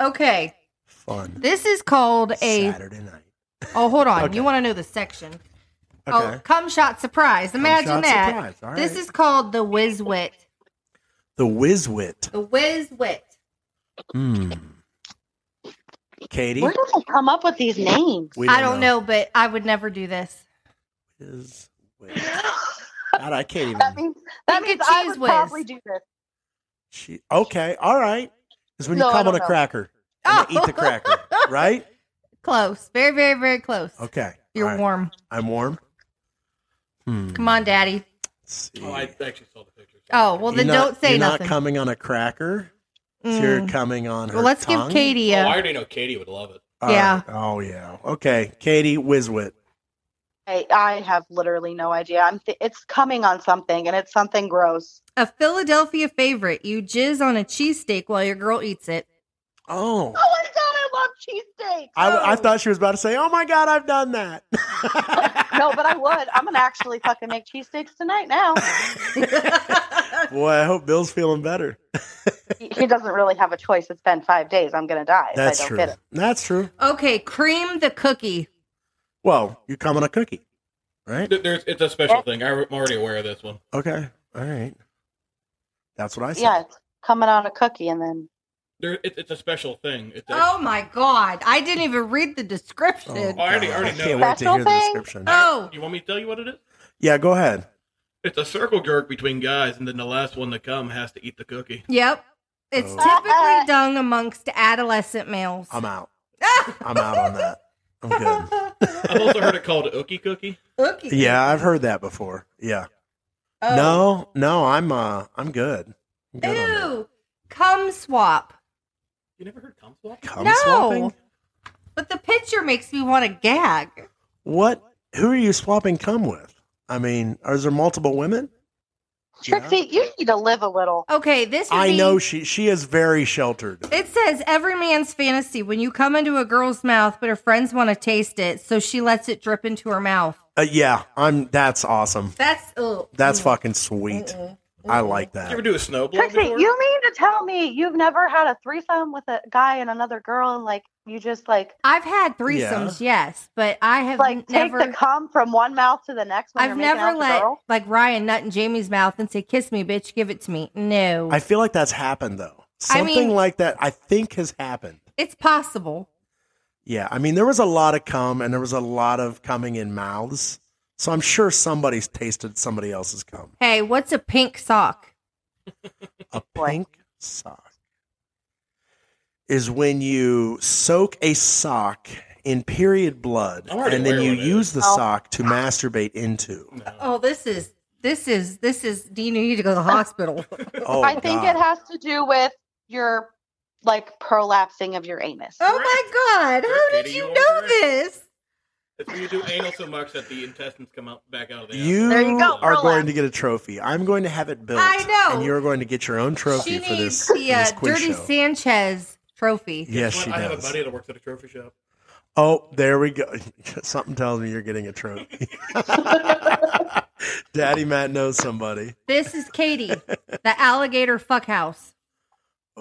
S2: okay.
S1: Fun.
S2: This is called a.
S1: Saturday night.
S2: Oh, hold on.
S1: Okay.
S2: You want to know the section?
S1: Okay.
S2: Oh, cum shot surprise. Imagine
S1: shot
S2: that.
S1: surprise. All
S2: This
S1: right.
S2: is called the whiz wit.
S1: The Whizwit.
S2: The whiz wit.
S1: Hmm. Katie,
S4: Where do they come up with these names?
S1: we
S2: I don't know. but I would never do this.
S1: Whiz wit. God, I can't
S4: That
S1: even.
S4: means that
S2: Think of
S4: means I
S2: cheese
S4: would
S2: whiz.
S4: probably do this.
S1: She, okay, all right. Is when you
S4: No, I
S1: come on
S4: don't
S1: a
S4: know.
S1: cracker and they eat
S2: Oh.
S1: the cracker, right?
S2: Close. Very, very, very close.
S1: Okay,
S2: You're
S1: all right.
S2: warm.
S1: I'm warm. Hmm.
S2: Come on, Daddy.
S1: let's see.
S3: Oh, I actually saw the pictures.
S2: Oh, well,
S1: You're
S2: then
S1: not-
S2: don't say
S1: you're
S2: nothing.
S1: not coming on a cracker. so
S2: Mm.
S1: You're coming on. Her
S2: Well, let's
S1: tongue?
S2: give Katie
S3: Oh, I
S2: a.
S3: already know Katie would love it.
S1: All right.
S2: Yeah.
S1: Oh yeah. Okay, Katie Whizwit.
S4: I, I have literally no idea. I'm th- it's coming on something, and it's something gross.
S2: A Philadelphia favorite. You jizz on a cheesesteak while your girl eats it.
S1: Oh.
S4: Oh my god, I love cheesesteak.
S1: I, I thought she was about to say, "Oh my God, I've done that."
S4: no, but I would. I'm gonna actually fucking make cheesesteaks tonight. Now
S1: Boy, I hope Bill's feeling better.
S4: he, he doesn't really have a choice. It's been five days. I'm gonna die. If I
S1: That's
S4: don't
S1: true.
S4: Get it.
S1: That's true.
S2: Okay, cream the cookie.
S1: Well, you come on a cookie, right?
S3: Th- There's, it's a special thing. I'm already aware of this one.
S1: Okay. All right. That's what I said.
S4: Yeah, it's coming on a cookie, and then
S3: There, it, it's a special thing. It's a,
S2: Oh my god, I didn't even read the
S1: Oh,
S2: description.
S3: I already-
S1: God,
S3: already know
S1: can't
S4: that.
S1: wait to hear the
S4: Special thing?
S1: description.
S2: Oh,
S3: You want me to tell you what it is?
S1: Yeah, go ahead.
S3: It's a circle jerk between guys, and then the last one to come has to eat the cookie.
S2: yep. It's
S1: Oh.
S2: typically done amongst adolescent males.
S1: I'm out. I'm out on that. I'm good.
S3: I've also heard it called ookie cookie.
S2: Cookie.
S1: Yeah, I've heard that before. Yeah.
S2: Oh.
S1: No, no, I'm uh, I'm good. I'm good on that.
S2: Ew. Cum swap.
S3: You never heard cum swap?
S1: Cum
S2: No.
S1: swapping?
S2: But the picture makes me want to gag.
S1: What? Who are you swapping cum with? I mean, are there multiple women? Yeah.
S4: Trixie, you need to live a little.
S2: Okay, this would
S1: I
S2: be-
S1: know she she is very sheltered.
S2: It says every man's fantasy when you come into a girl's mouth, but her friends want to taste it, so she lets it drip into her mouth.
S1: Uh, yeah, I'm. That's awesome.
S2: That's ugh,
S1: That's
S2: mm,
S1: fucking sweet.
S2: mm-mm,
S1: I
S2: mm-mm.
S1: like
S3: you ever
S1: that.
S3: do a snow blow
S4: Trixie,
S3: before?
S4: you mean to tell me you've never had a threesome with a guy and another girl and like you just like
S2: I've had threesomes, yes, but I have
S4: like
S2: never.
S4: take the cum from one mouth to the next when
S2: I've
S4: you're making out
S2: never
S4: with a
S2: let
S4: girl?
S2: like Ryan nut in Jamie's mouth and say, "Kiss me, bitch, give it to me." No,
S1: I feel like that's happened though.
S2: I
S1: Something
S2: mean-
S1: like that. I think has happened.
S2: it's possible.
S1: Yeah, I mean, there was a lot of cum and there was a lot of coming in mouths. So I'm sure somebody's tasted somebody else's cum.
S2: Hey, what's a pink sock?
S1: A
S4: What?
S1: pink sock is when you soak a sock in period blood
S3: I'm already
S1: and then
S3: aware
S1: you
S3: of it.
S1: use the
S4: Oh.
S1: sock to masturbate into.
S3: No.
S2: Oh, this is this is this is. Do you need to go to the hospital?
S1: Oh,
S4: I think
S1: God.
S4: it has to do with your like prolapsing of your anus.
S2: oh my god, how did
S3: Katie,
S2: you
S3: you
S2: know
S3: want
S2: this?
S3: If you do anal so much that the intestines come out back out of the
S1: You,
S4: There you go,
S1: are
S4: relax.
S1: going to get a trophy. I'm going to have it built.
S2: I know.
S1: And you're going to get your own trophy
S2: She
S1: for this,
S2: needs
S1: for
S2: the uh,
S1: this quiz
S2: Dirty
S1: show.
S2: Sanchez trophy.
S1: Yes,
S3: What?
S1: she
S3: I have a
S1: does.
S3: buddy that works at a trophy shop.
S1: Oh, there we go. Something tells me you're getting a trophy. Daddy Matt knows somebody.
S2: This is Katie, the alligator fuck house.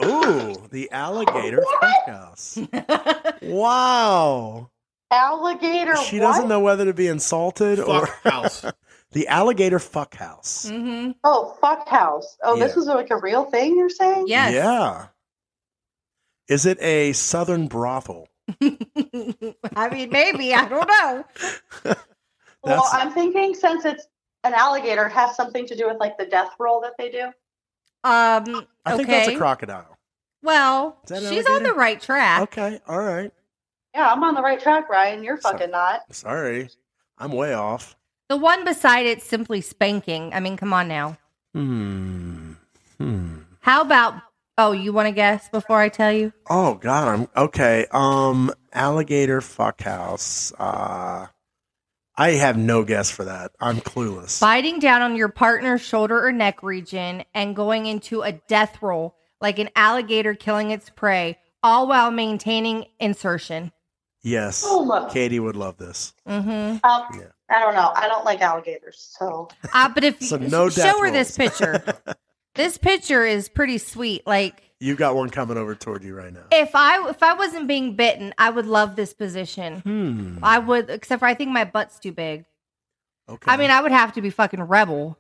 S1: Ooh, the alligator fuck house.
S2: Mm-hmm.
S1: Wow.
S4: Alligator.
S1: She
S4: what?
S1: doesn't know whether to be insulted
S3: Fuck
S1: or
S3: house.
S1: the alligator fuck house.
S2: hmm
S4: Oh, fuck house. Oh, this
S1: Yeah.
S4: is like a real thing you're saying?
S2: Yes.
S1: Yeah. Is it a southern brothel?
S2: I mean, maybe I don't know.
S4: Well,
S1: That's-
S4: I'm thinking since it's an alligator, it has something to do with like the death roll that they do.
S2: Um,
S1: I think that's a
S2: Okay.
S1: crocodile.
S2: well,
S1: Is
S2: she's
S1: that an
S2: on the
S1: alligator?
S2: right track.
S1: Okay. All right.
S4: Yeah, I'm on the right track, Ryan. You're
S1: Sorry.
S4: fucking not.
S1: Sorry. I'm way off.
S2: The one beside it's simply spanking. I mean, come on now.
S1: Hmm. Hmm.
S2: How about? Oh, you want to guess before I tell you?
S1: Oh God, I'm okay. Um, alligator fuckhouse. Uh, I have no guess for that. I'm clueless.
S2: Biting down on your partner's shoulder or neck region and going into a death roll, like an alligator killing its prey, all while maintaining insertion.
S1: Yes,
S4: Oh, my.
S1: Katie would love this.
S2: Mm-hmm.
S4: Um,
S1: Yeah.
S4: I don't know. I don't like alligators. So
S2: Uh, but if
S1: So
S2: you
S1: no
S2: show
S1: death
S2: her this
S1: rolls.
S2: picture, this picture is pretty sweet. Like
S1: You've got one coming over toward you right now.
S2: if I if I wasn't being bitten, I would love this position.
S1: Hmm.
S2: I would, except for I think my butt's too big.
S1: Okay.
S2: I mean, I would have to be fucking rebel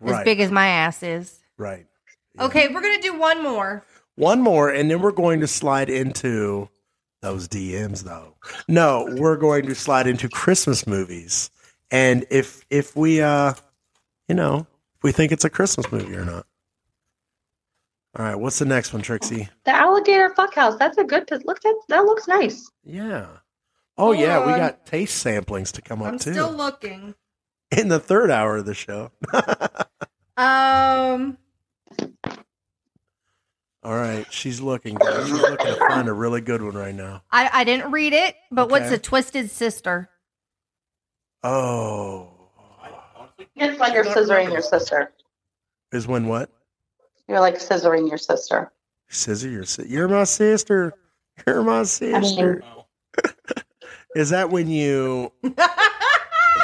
S1: right.
S2: as big as my ass is.
S1: right. Yeah.
S2: Okay, we're gonna do one more.
S1: One more, and then we're going to slide into those DMs, though. No, we're going to slide into Christmas movies, and if if we, uh, you know, if we think it's a Christmas movie or not. All right, what's the next one, Trixie?
S4: the alligator fuck house. That's a good. pos- Look, that that looks nice.
S1: Yeah. Oh yeah, we
S2: Hold on.
S1: got taste samplings to come up
S2: I'm
S1: too
S2: still looking.
S1: in the third hour of the show.
S2: Um,
S1: All right, she's looking. guys. She's looking to find a really good one right now.
S2: I I didn't read it, but what's
S1: Okay.
S2: a twisted sister?
S1: Oh,
S4: It's when you're scissoring your sister.
S1: is when what?
S4: You're like scissoring your sister.
S1: Scissor, you're, si- you're my sister. You're my sister.
S3: Wow.
S1: Is that when you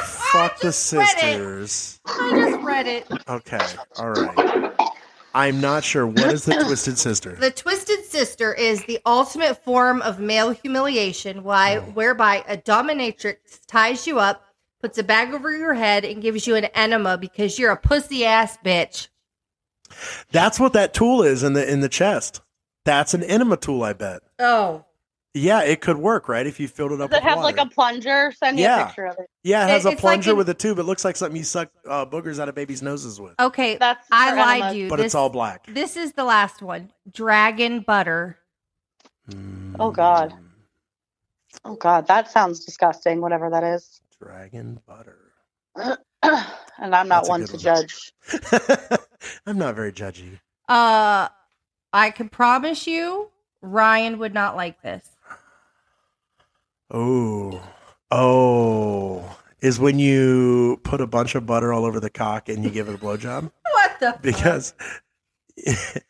S1: fuck the
S2: just read it.
S1: sisters?
S2: I just read it.
S1: Okay, all right. I'm not sure. What is the twisted sister?
S2: The twisted sister is the ultimate form of male humiliation,
S1: Oh.
S2: why whereby a dominatrix ties you up, puts a bag over your head, and gives you an enema because you're a pussy ass bitch.
S1: That's what that tool is in the in the chest. That's an enema tool, I bet.
S2: Oh,
S1: Yeah, it could work, right? If you filled it up
S4: Does it
S1: with
S4: have
S1: water.
S4: like a plunger? Send me
S1: Yeah.
S4: a picture of it.
S1: yeah, it has
S2: It-
S1: a
S2: it's like
S1: plunger
S2: an-
S1: with a tube. It looks like something you suck uh, boogers out of babies' noses with,
S2: okay.
S4: That's
S2: I
S4: for
S2: lied
S4: enemas.
S2: to you.
S1: but
S2: Oh, this,
S1: it's all black.
S2: This is the last one. Dragon butter.
S4: Oh, God.
S1: Hmm,
S4: Oh God, that sounds disgusting. Whatever that is.
S1: Dragon butter.
S4: and I'm not
S1: That's a
S4: one
S1: good
S4: to
S1: one.
S4: judge.
S1: I'm not very judgy.
S2: Uh, I can promise you, Ryan would not like this.
S1: Oh, oh, is when you put a bunch of butter all over the cock and you give it a blowjob
S2: What the? fuck?
S1: because I've
S4: Think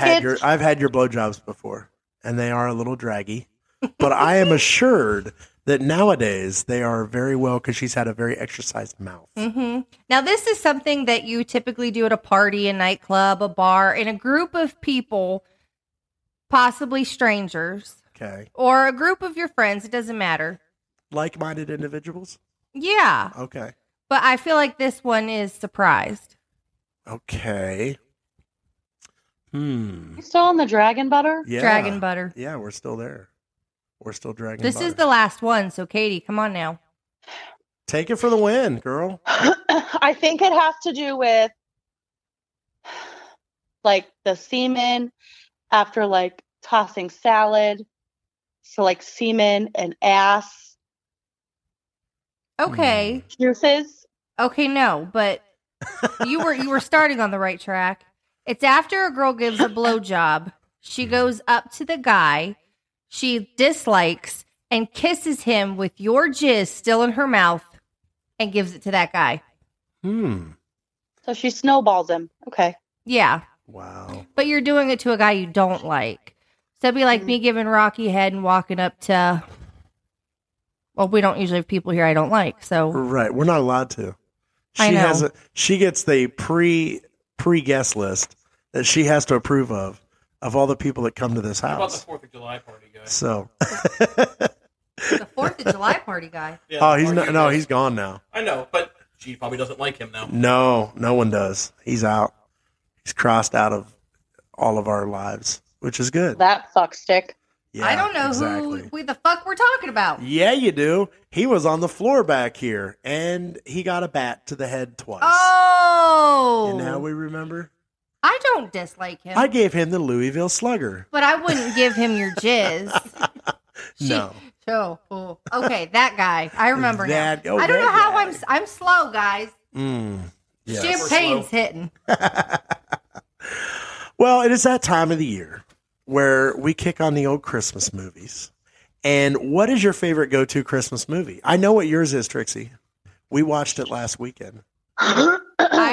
S1: had
S4: it's-
S1: your I've had your blowjobs before and they are a little draggy, but I am assured that nowadays they are very well because she's had a very exercised mouth.
S2: hmm Now, this is something that you typically do at a party, a nightclub, a bar, in a group of people, possibly strangers
S1: Okay.
S2: or a group of your friends. It doesn't matter.
S1: Like minded individuals?
S2: Yeah.
S1: Okay.
S2: But I feel like this one is surprised.
S1: Okay. Hmm.
S4: You still on the dragon butter?
S1: Yeah.
S2: Dragon butter.
S1: Yeah, we're still there. We're still dragon
S2: This
S1: butter.
S2: is the last one. So, Katie, come on now.
S1: Take it for the win, girl.
S4: I think it has to do with like the semen after like tossing salad. So like semen and ass
S1: Hmm.
S2: Okay.
S4: juices.
S2: Okay, no, but you were you were starting on the right track. It's after a girl gives a blowjob, she goes up to the guy she dislikes and kisses him with your jizz still in her mouth and gives it to that guy.
S1: Hmm.
S4: So she snowballs him. Okay.
S2: Yeah,
S1: Wow.
S2: but you're doing it to a guy you don't like. So it'd be like me giving Rocky head and walking up to. Well, we don't usually have people here I don't like, so
S1: Right. We're not allowed to. She
S2: I know.
S1: has a she gets the pre pre guest list that she has to approve of of all the people that come to this
S3: How about the
S1: house.
S3: Fourth of July party, guys?
S1: So
S2: the Fourth of July party guy.
S3: Yeah,
S1: Oh,
S3: the
S1: he's
S3: party
S1: not, no,
S3: guys.
S1: he's gone now.
S3: I know, but she probably doesn't like him now.
S1: No, no one does. He's out. He's crossed out of all of our lives, which is good.
S4: That fuck stick.
S1: Yeah,
S2: I don't know who we the fuck we're talking about.
S1: Yeah, you do. He was on the floor back here, and he got a bat to the head twice.
S2: Oh,
S1: And now we remember.
S2: I don't dislike him,
S1: I gave him the Louisville Slugger.
S2: but I wouldn't give him your jizz. She-
S1: No,
S2: Oh, oh, okay, that guy. I remember
S1: That-
S2: now.
S1: oh,
S2: I don't know
S1: that
S2: how
S1: guy.
S2: I'm. s- I'm slow, guys.
S1: Mm, yes.
S2: Champagne's hitting.
S1: Well, it is that time of the year where we kick on the old Christmas movies. And what is your favorite go-to Christmas movie? I know what yours is, Trixie. We watched it last weekend.
S2: I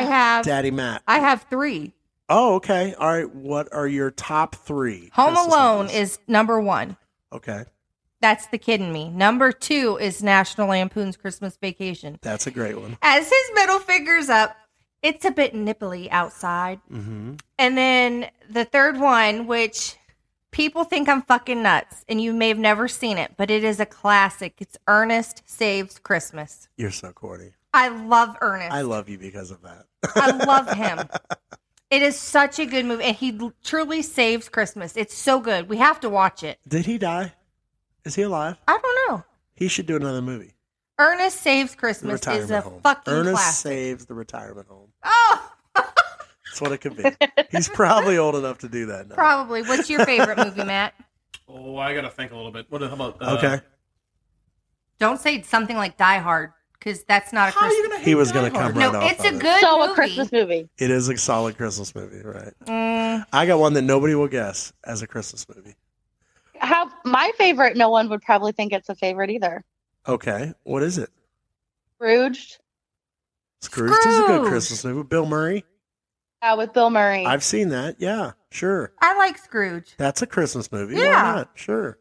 S2: have.
S1: Daddy Matt.
S2: I have three.
S1: Oh, okay. All right. What are your top three?
S2: Home
S1: Christmas
S2: Alone
S1: movies?
S2: is number one.
S1: okay.
S2: That's the kidding me. Number two is National Lampoon's Christmas Vacation.
S1: That's a great one.
S2: As his middle finger's up, it's a bit nipply outside.
S1: Mm-hmm.
S2: And then the third one, which people think I'm fucking nuts, and you may have never seen it, but it is a classic. It's Ernest Saves Christmas.
S1: You're so corny.
S2: I love Ernest.
S1: I love you because of that.
S2: I love him. It is such a good movie, and he l- truly saves Christmas. It's so good. We have to watch it.
S1: Did he die? Is he alive?
S2: I don't know.
S1: He should do another movie.
S2: Ernest Saves
S1: The
S2: Christmas
S1: retirement
S2: is a
S1: home.
S2: fucking
S1: Ernest
S2: classic.
S1: saves the retirement home.
S2: oh,
S1: That's what it could be. He's probably old enough to do that now.
S2: probably. What's your favorite movie, Matt?
S3: Oh, I gotta think a little bit. What how about? Uh,
S1: Okay.
S2: Don't say something like Die Hard, because that's not a
S3: How are
S2: Christmas.
S3: you gonna?
S1: He
S3: hate
S1: was
S3: Die
S1: gonna come
S3: Hard?
S1: right
S2: no,
S1: off
S2: it's
S1: of
S2: a
S1: it.
S2: good
S4: so
S2: movie.
S4: a Christmas movie.
S1: It is a solid Christmas movie, right?
S2: Mm.
S1: I got one that nobody will guess as a Christmas movie.
S4: Have my favorite. No one would probably think it's a favorite either.
S1: Okay. What is it?
S4: Rouged
S1: Scrooge, is a good
S2: Scrooge.
S1: Christmas movie. Bill Murray.
S4: uh, with Bill Murray.
S1: I've seen that. Yeah, sure.
S2: I like Scrooge.
S1: That's a Christmas movie.
S2: Yeah.
S1: Why not? Sure.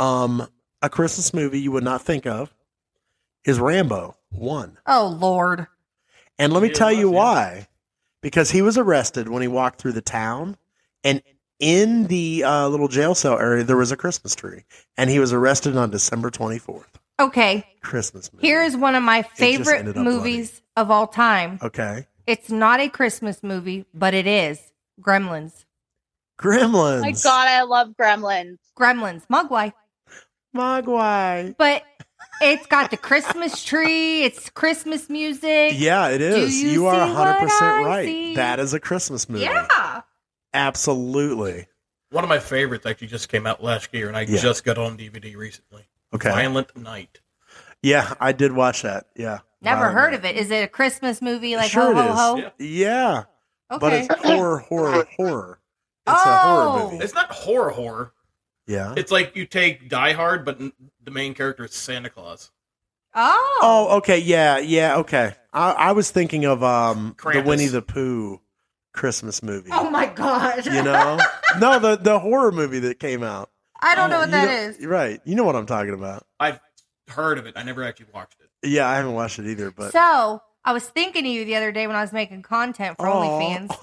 S1: Um, a Christmas movie you would not think of is Rambo One,
S2: Oh Lord.
S1: and let me
S3: Yeah,
S1: tell you
S3: yeah.
S1: why. Because he was arrested when he walked through the town, and in the uh, little jail cell area there was a Christmas tree, and he was arrested on December twenty fourth.
S2: Okay,
S1: Christmas movie.
S2: here is one of my
S1: ended
S2: favorite
S1: up
S2: movies of all time.
S1: okay,
S2: It's not a Christmas movie, but it is Gremlins.
S1: Gremlins.
S4: my God, I love Gremlins.
S2: Gremlins, Mugwai.
S1: Mogwai.
S2: But it's got the Christmas tree. It's Christmas music.
S1: Yeah, it is.
S2: you
S1: You, are
S2: see
S1: one hundred
S2: what I
S1: percent right.
S2: see?
S1: That is a Christmas movie.
S2: Yeah.
S1: absolutely.
S3: One of my favorites actually just came out last year, and I
S1: Yeah.
S3: just got it on DVD recently.
S1: Okay.
S3: Violent Night.
S1: Yeah, I did watch that. Yeah.
S2: Never
S1: Violent
S2: heard
S1: Night.
S2: of it. Is it a Christmas movie like
S1: Sure
S2: ho ho ho?
S1: it is. Yeah, but
S2: Okay.
S1: it's horror, horror, horror. It's a horror
S2: Oh.
S1: movie.
S3: It's not horror horror.
S1: Yeah.
S3: It's like you take Die Hard, but n- the main character is Santa Claus.
S2: oh.
S1: Oh, okay. Yeah, yeah. Okay. I, I was thinking of um the
S3: Krampus.
S1: Winnie the Pooh Christmas movie.
S2: Oh my god.
S1: you know, no, the the horror movie that came out.
S2: I don't know what that
S1: oh, You
S2: is.
S1: don't- Right. You know what I'm talking about.
S3: I've heard of it. I never actually watched it.
S1: Yeah, I haven't watched it either, but
S2: So I was thinking of you the other day when I was making content for OnlyFans.
S1: Aw,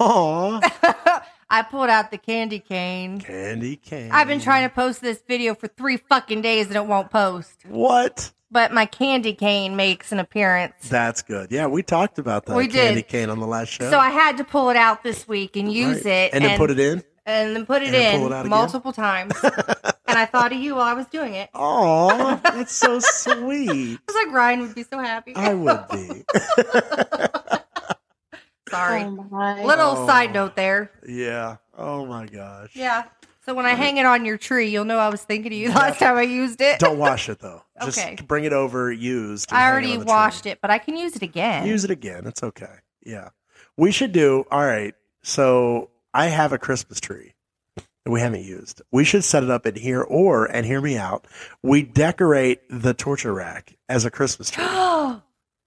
S1: aw.
S2: I pulled out the candy cane.
S1: Candy cane.
S2: I've been trying to post this video for three fucking days and it won't post.
S1: What?
S2: But my candy cane makes an appearance.
S1: That's good. Yeah, we talked about that
S2: We
S1: candy
S2: did.
S1: cane on the last show.
S2: So I had to pull it out this week and use
S1: Right.
S2: it
S1: and, then put it in.
S2: and then put it
S1: and then
S2: in
S1: pull it out again.
S2: multiple times. and I thought of you while I was doing it. I
S1: Aw, that's so sweet.
S2: was like, Ryan would be so happy.
S1: I would be.
S2: Sorry.
S4: Oh my.
S2: Little
S1: Oh.
S2: side note there.
S1: Yeah. Oh my gosh.
S2: Yeah. So when I hang it on your tree, you'll know I was thinking of you last time I used it.
S1: Don't wash it though. Just
S2: Okay.
S1: bring it over used. and
S2: I
S1: hang it
S2: already
S1: on the
S2: washed it, but I can use it again.
S1: Use it again. It's okay. Yeah. We should do. All right. So I have a Christmas tree that we haven't used. We should set it up in here or, and hear me out, we decorate the torture rack as a Christmas tree.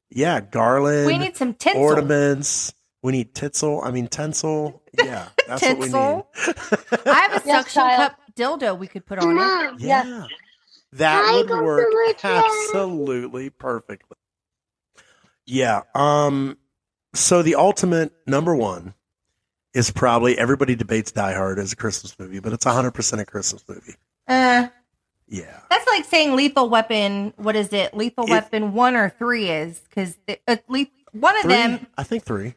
S1: Yeah. Garland,
S2: we need some tinsel.
S1: ornaments. We need tinsel. I mean, tinsel. Yeah. That's
S2: Tinsel.
S1: what we need.
S2: I have a
S4: Yes,
S2: suction
S4: child.
S2: cup dildo we could put on it.
S4: Mom,
S1: yeah. That
S4: I
S1: would
S4: got the
S1: work
S4: witch hat.
S1: absolutely perfectly. Yeah. Um. So the ultimate number one is probably everybody debates Die Hard as a Christmas movie, but it's hundred percent a Christmas movie. Eh.
S2: Uh,
S1: Yeah.
S2: that's like saying Lethal Weapon. What is it? Lethal
S1: It-
S2: Weapon one or three is because uh, le- one of
S1: Three,
S2: them,
S1: I think three.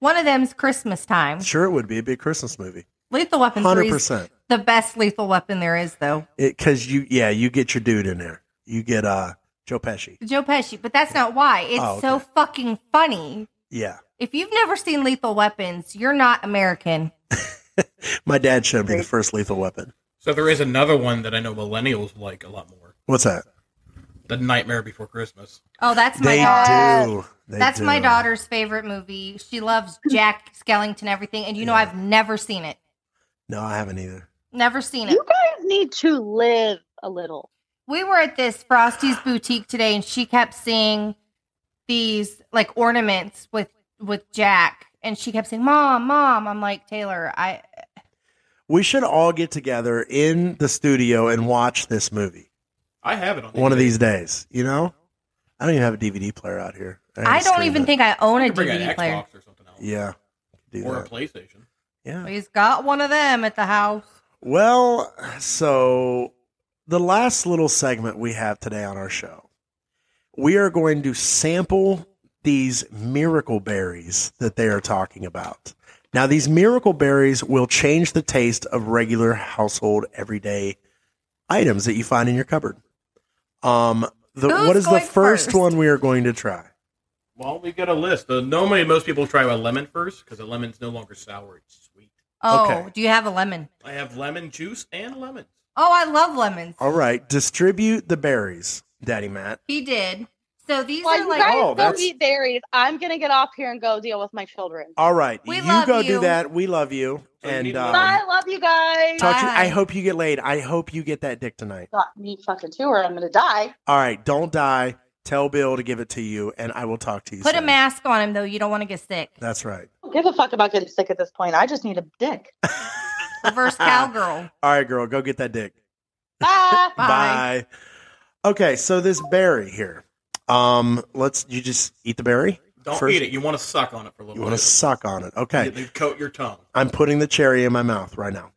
S2: one of them's Christmas time.
S1: Sure, it would be. It'd be a Christmas movie.
S2: Lethal Weapon
S1: Hundred
S2: three is
S1: percent.
S2: the best Lethal Weapon there is, though.
S1: Because you, yeah, you get your dude in there. You get uh Joe Pesci.
S2: Joe Pesci, but that's not why. It's
S1: Oh, okay.
S2: so fucking funny.
S1: Yeah.
S2: If you've never seen Lethal Weapons, you're not American.
S1: My dad showed me the
S2: Great.
S1: first Lethal Weapon.
S3: So there is another one that I know millennials like a lot more.
S1: What's that?
S3: The Nightmare Before Christmas.
S2: Oh, that's my
S1: They
S2: daughter.
S1: do. They
S2: That's my
S1: do.
S2: daughter's favorite movie. She loves Jack Skellington, everything. And you know,
S1: Yeah.
S2: I've never seen it.
S1: No, I haven't either.
S2: Never seen it.
S4: you guys need to live a little.
S2: We were at this Frosty's boutique today, and she kept seeing these like ornaments with with Jack, and she kept saying, "Mom, mom." I'm like, Taylor, I
S1: We should all get together in the studio and watch this movie
S3: I have it on
S1: one of
S3: DVD.
S1: these days. You know, I don't even have a DVD player out here.
S2: I
S1: haven't
S2: don't even
S1: streamed
S2: think I own
S3: I
S2: a
S3: could bring an
S2: DVD
S3: Xbox
S2: player.
S3: or something else,
S1: it. Yeah, do
S3: or a
S1: that.
S3: PlayStation.
S1: Yeah.
S2: He's got one of them at the house.
S1: Well, so the last little segment we have today on our show, we are going to sample these miracle berries that they are talking about. Now, these miracle berries will change the taste of regular household everyday items that you find in your cupboard. Um, the,
S2: Who's
S1: what is the
S2: going
S1: first,
S2: first?
S1: one we are going to try?
S3: Well, we got a list. Uh, normally, most people try a lemon first because a lemon's no longer sour; it's sweet.
S2: Oh,
S1: Okay.
S2: do you have a lemon?
S3: I have lemon juice and lemons.
S2: Oh, I love lemons.
S1: All right, distribute the berries, Daddy Matt.
S2: He did. So these
S4: While
S2: are
S4: you
S2: like
S4: guys
S1: Oh,
S4: go
S1: that's-
S4: eat berries, I'm gonna get off here and go deal with my children.
S1: All right,
S2: We
S1: you
S2: love
S1: go
S2: you.
S1: do that. We love you,
S3: So you
S1: and
S3: need to-
S1: um,
S4: Bye, love you guys.
S1: Talk to you-
S2: Bye.
S1: I hope you get laid. I hope you get that dick tonight.
S4: Got me fucking too, or I'm gonna die.
S1: All right, don't die. Tell Bill to give it to you, and I will talk to you.
S2: put a
S1: soon.
S2: mask on him though. You don't want to get sick.
S1: That's right.
S4: I don't give a fuck about getting sick at this point. I just need a dick.
S2: Reverse cowgirl.
S1: All right, girl, go get that dick.
S4: Bye.
S2: Bye.
S1: Bye. Okay, so this berry here. Um, let's you just eat the berry.
S3: Don't
S1: First-
S3: eat it. You want to suck on it for a little.
S1: You want to
S3: bit.
S1: suck on it. Okay,
S3: You- you coat your tongue.
S1: I'm putting the cherry in my mouth right now.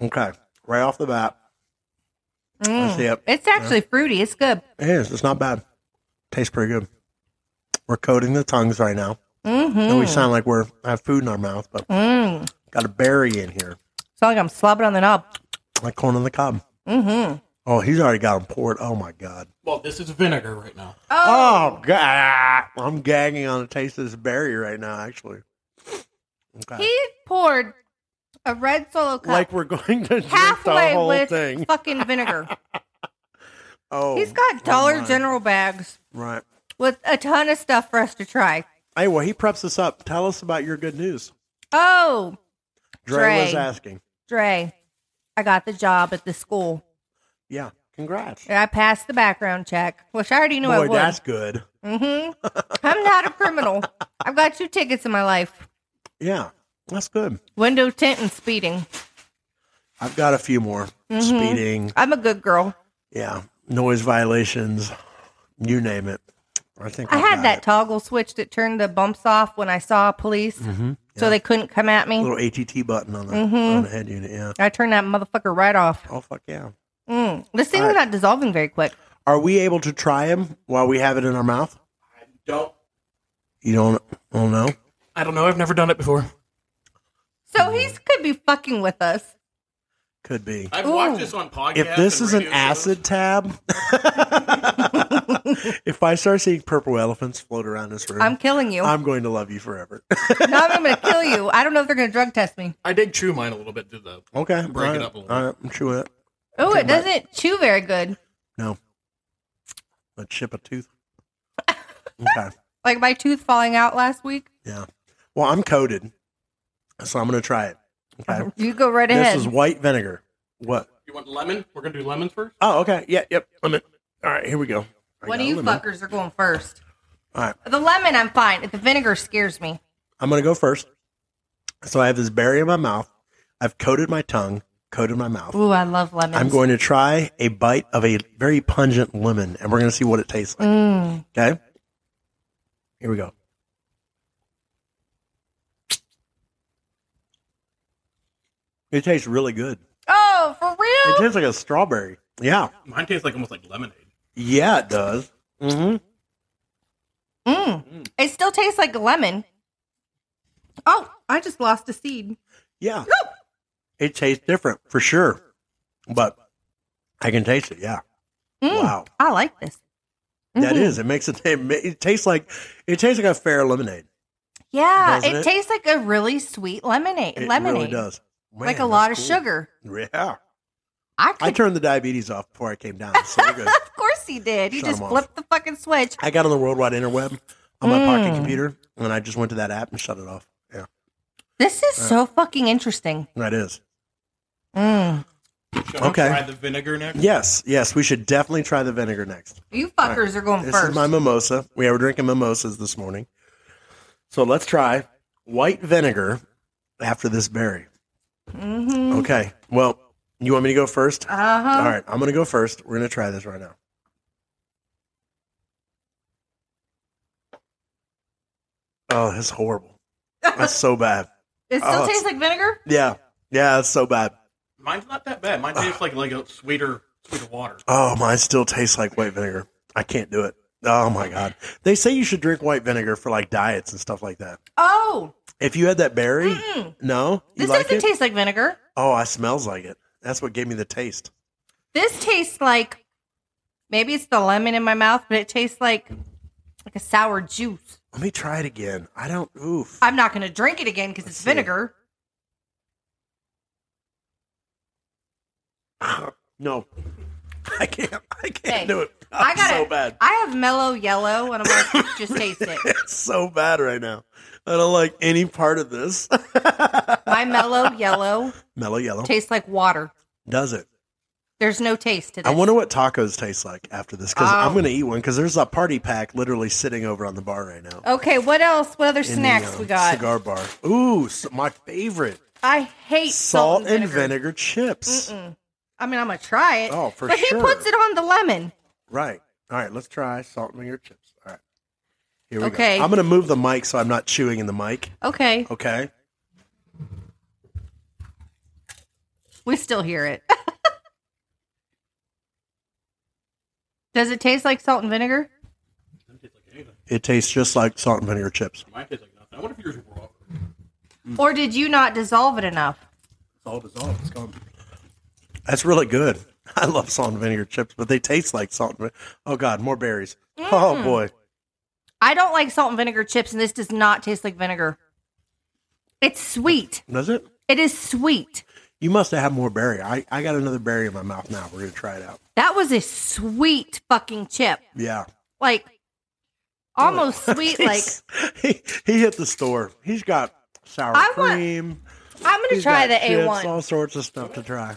S1: Okay, right off the bat,
S2: Mm.
S1: see it.
S2: It's actually fruity. It's good.
S1: it is. It's not bad. Tastes pretty good. We're coating the tongues right now.
S2: Mm-hmm.
S1: And we sound like we're have food in our mouth, but
S2: mm.
S1: got a berry in here.
S2: Sound like I'm slobbing on the knob.
S1: like corn on the cob.
S2: Mm-hmm.
S1: Oh, he's already got them poured. Oh my god.
S3: Well, this is vinegar right now.
S1: Oh god, I'm gagging on the taste of this berry right now. Actually, okay.
S2: he poured a red solo cup
S1: like we're going to drink the
S2: halfway
S1: whole
S2: with
S1: thing.
S2: fucking vinegar.
S1: Oh,
S2: He's got Dollar
S1: oh my.
S2: General bags
S1: Right.
S2: with a ton of stuff for us to try.
S1: Hey, well, he preps this up. Tell us about your good news.
S2: Oh,
S1: Dre,
S2: Dre.
S1: was asking.
S2: Dre, I got the job at the school.
S1: Yeah, congrats.
S2: And I passed the background check, which I already knew I
S1: Boy,
S2: would.
S1: that's good.
S2: hmm I'm not a criminal. I've got two tickets in my life:
S1: Yeah, that's good.
S2: window tint and speeding.
S1: I've got a few more.
S2: Mhm.
S1: Speeding,
S2: I'm a good girl.
S1: yeah, noise violations, you name it. I think
S2: I
S1: I've
S2: had
S1: got
S2: that
S1: it.
S2: toggle switch that turned the bumps off when I saw police,
S1: Mhm.
S2: so they couldn't come at me.
S1: little ATT button on the,
S2: Mhm.
S1: on the head unit. Yeah.
S2: I turned that motherfucker right off.
S1: Oh fuck yeah.
S2: Mm. This thing's
S1: Alright.
S2: not dissolving very quick.
S1: Are we able to try them while we have it in our mouth?
S3: I don't.
S1: You don't, don't know.
S5: I don't know. I've never done it before.
S2: So he's
S1: Mm.
S2: could be fucking with us.
S1: Could be.
S3: I've
S2: Ooh.
S3: watched this on podcasts.
S1: If this
S3: and
S1: is an
S3: radio shows.
S1: acid tab, if I start seeing purple elephants float around this room,
S2: I'm
S1: I'm,
S2: killing you.
S1: going to love you forever.
S2: no, I'm going to kill you. I don't know if they're going to drug test me.
S5: I did chew mine a little bit, did though.
S1: okay,
S5: Break
S1: all
S5: it
S1: right,
S5: up a little
S1: All right, I'm chewing it.
S2: Oh,
S1: Okay,
S2: it doesn't chew very good.
S1: Let's chip a tooth. Okay.
S2: Like my tooth falling out last week.
S1: Well, I'm coated, so I'm going to try it. Okay.
S2: You go right
S1: This
S2: ahead.
S1: is white vinegar. What?
S3: You want lemon? We're gonna do lemon first.
S1: Oh, okay. Yeah. Yep. Lemon. All right. Here we go. I
S2: One
S1: got
S2: of
S1: a
S2: you
S1: lemon.
S2: fuckers are going first.
S1: All right.
S2: The lemon, I'm fine. The vinegar scares me.
S1: I'm gonna go first. So I have this berry in my mouth. I've coated my tongue, coated my mouth.
S2: Ooh, I love lemons.
S1: I'm going to try a bite of a very pungent lemon, and we're gonna see what it tastes like.
S2: Mm.
S1: Okay. Here we go. It tastes really good.
S2: Oh, for
S1: It
S2: real?
S1: tastes like a strawberry. Yeah.
S3: Mine tastes like almost like lemonade.
S1: Yeah, it does. Mm-hmm.
S2: Mm. It still tastes like lemon. Oh, I just lost a seed.
S1: Yeah. It tastes different for sure. But I can taste it. Yeah.
S2: Mm.
S1: Wow.
S2: I like this.
S1: That
S2: Mhm.
S1: is. It makes it. It, ma- it tastes like it tastes like a fair lemonade.
S2: Yeah,
S1: Doesn't
S2: it,
S1: it?
S2: tastes like a really sweet lemonade.
S1: It
S2: lemonade,
S1: really does.
S2: like a
S1: Man,
S2: lot of
S1: that's cool.
S2: sugar.
S1: Yeah,
S2: I
S1: I
S2: could.
S1: turned the diabetes off before I came down. So we're good.
S2: of course he did. He
S1: Shut
S2: just
S1: him off.
S2: flipped the fucking switch.
S1: I got on the worldwide interweb on my
S2: Mm.
S1: pocket computer, and I just went to that app and shut it off. Yeah,
S2: This
S1: Uh,
S2: is so fucking interesting.
S1: that is.
S2: Mm.
S3: Shall we
S1: Okay.
S3: Try the vinegar next.
S1: Yes, yes, we should definitely try the vinegar next.
S2: You fuckers are going
S1: This
S2: first.
S1: is my mimosa. We were drinking mimosas this morning, so let's try white vinegar after this berry.
S2: mm-hmm.
S1: Okay. Well, you want me to go first?
S2: Uh huh.
S1: All right, I'm gonna go first. We're gonna try this right now. Oh, that's horrible. That's so bad.
S2: It still
S1: Oh,
S2: tastes like vinegar.
S1: Yeah, yeah, that's so bad.
S3: Mine's not that bad.
S1: Ah.
S3: Mine tastes like like a sweeter sweeter water.
S1: Oh, mine still tastes like white vinegar. I can't do it. Oh my god. They say you should drink white vinegar for like diets and stuff like that.
S2: Oh,
S1: If you had that berry,
S2: mm-mm.
S1: no, you
S2: this
S1: like
S2: doesn't
S1: it.
S2: taste like vinegar.
S1: oh, I smells like it. That's what gave me the taste.
S2: This tastes like maybe it's the lemon in my mouth, but it tastes like like a sour juice.
S1: Let me try it again. I don't. Oof.
S2: I'm not going to drink it again because
S1: Let's
S2: it's
S1: see.
S2: vinegar.
S1: no, I can't. I can't
S2: Hey,
S1: do it. I'm
S2: I gotta-
S1: so bad.
S2: I have mellow yellow, and I'm like, just taste it.
S1: It's so bad right now. I don't like any part of this.
S2: My mellow yellow
S1: Mellow yellow.
S2: tastes like water.
S1: Does it?
S2: There's no taste to this.
S1: I wonder what tacos taste like after this because
S2: Oh.
S1: I'm going to eat one because there's a party pack literally sitting over on the bar right now.
S2: okay, what else? What other
S1: In the,
S2: Oh, snacks
S1: uh,
S2: we got?
S1: Cigar bar. Ooh, so my favorite.
S2: I hate
S1: Salt,
S2: salt,
S1: and vinegar, chips.
S2: Mm-mm. I mean, I'm gonna try it.
S1: Oh, for
S2: but
S1: sure.
S2: he puts it on the lemon.
S1: Right. All right, let's try salt and vinegar chips. All right. Here we
S2: Okay.
S1: go. I'm going to move the mic so I'm not chewing in the mic.
S2: Okay,
S1: Okay.
S2: we still hear it. Does it taste like salt and vinegar?
S3: Doesn't taste like anything.
S1: It tastes just like salt and vinegar chips.
S3: Mine tastes like nothing. I wonder if yours were raw.
S1: Mm.
S2: Or did you not dissolve it enough?
S3: It's all dissolved. It's gone.
S1: That's really good. I love salt and vinegar chips, but they taste like salt and vinegar. Oh, God, more berries.
S2: Mm.
S1: Oh, boy.
S2: I don't like salt and vinegar chips, and this does not taste like vinegar. It's sweet.
S1: Does it?
S2: It is sweet.
S1: You must have had more berry. I, I got another berry in my mouth now. We're going to try it out.
S2: That was a sweet fucking chip.
S1: Yeah.
S2: Like almost sweet. Like
S1: he, he hit the store. He's got sour
S2: I want-
S1: cream.
S2: I'm gonna
S1: he's
S2: try the
S1: got
S2: A
S1: chips,
S2: one.
S1: All sorts of stuff to try.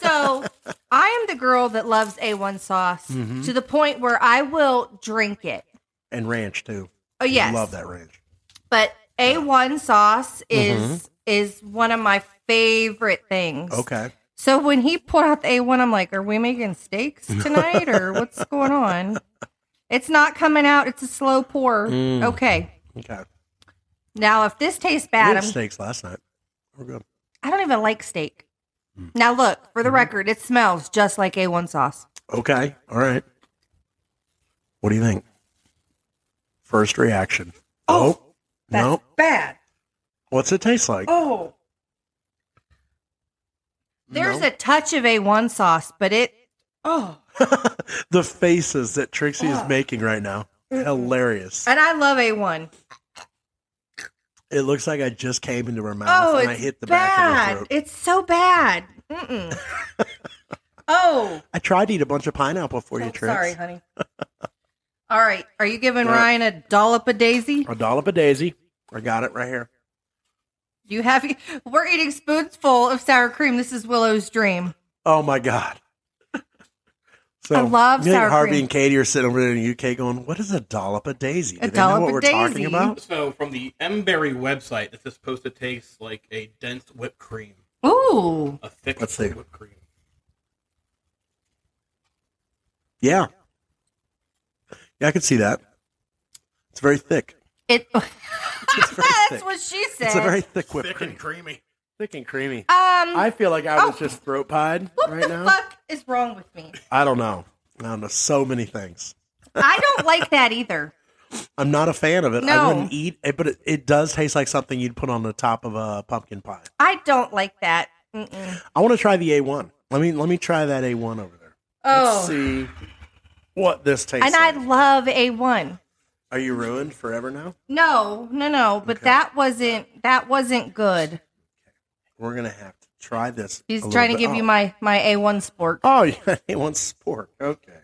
S2: So I am the girl that loves A one sauce
S1: Mm-hmm.
S2: to the point where I will drink it.
S1: And ranch, too.
S2: Oh yes,
S1: Love that ranch.
S2: But
S1: Mm-hmm.
S2: A one sauce is is one of my favorite things.
S1: Okay.
S2: So when he pulled out the A1, I'm like, are we making steaks tonight or what's going on? It's not coming out. It's a slow pour.
S1: Mm.
S2: Okay.
S1: Okay.
S2: Now, if this tastes
S1: We
S2: bad,
S1: had
S2: I'm,
S1: steaks last night. We're good.
S2: I don't even like steak.
S1: Mm.
S2: Now, look, for
S1: Mm-hmm.
S2: the record, it smells just like A1 sauce.
S1: Okay. All right. What do you think? First reaction. Oh,
S6: That's
S1: no.
S6: bad.
S1: What's it taste like?
S6: Oh,
S2: There's
S1: No.
S2: a touch of A1 sauce, but it,
S6: oh.
S1: the faces that Trixie is
S2: Oh.
S6: Ugh.
S1: making right now. Hilarious.
S2: and I love A1.
S1: It looks like I just came into her mouth
S2: Oh,
S1: and
S2: it's
S1: I hit the back
S2: bad.
S1: of her throat.
S2: It's so bad. Mm-mm. oh,
S1: I tried to eat a bunch of pineapple for you,
S2: oh,
S1: Trix.
S2: sorry, honey. All right. Are you giving
S1: Yeah.
S2: Ryan a dollop of daisy?
S1: A dollop of daisy. I got it right here.
S2: You have, we're eating spoonsful of sour cream. This is Willow's dream.
S1: Oh my god. So
S2: I love
S1: you think
S2: sour
S1: Harvey
S2: cream.
S1: and Katie are sitting over there in the UK going, What is a dollop of daisy? Do
S2: A
S1: they know
S2: dollop
S1: what
S2: of
S1: we're talking
S2: daisy.
S1: about?
S3: So from the Emberry website, this is supposed to taste like a dense whipped cream,
S2: Ooh.
S3: a thick
S1: Let's see.
S3: whipped cream.
S1: Yeah. Yeah, I could see that. It's very thick.
S2: It,
S1: It's very
S2: that's
S1: thick.
S2: what she said.
S1: It's a very thick whipped
S5: Thick
S1: cream.
S5: and creamy.
S1: Thick and creamy.
S2: um,
S1: I feel like I was
S2: Oh.
S1: just throat pied
S2: what
S1: right
S2: the
S1: now.
S2: fuck is wrong with me?
S1: I don't know. I don't know. So many things.
S2: I don't like that either.
S1: I'm not a fan of it. I
S2: No.
S1: wouldn't eat it, but it, it does taste like something you'd put on the top of a pumpkin pie.
S2: I don't like that. Mm-mm.
S1: I want to try the A1. Let me let me try that A1 over there. Let's
S2: Oh,
S1: see what this tastes
S2: and I
S1: like.
S2: love A1.
S1: Are you ruined forever now?
S2: No, no, no. But
S1: Okay.
S2: that wasn't that wasn't good.
S1: We're gonna have to try this. a
S2: He's
S1: little
S2: trying to
S1: bit.
S2: give
S1: oh.
S2: you my my A1 sport.
S1: Oh yeah, A1 sport. Okay.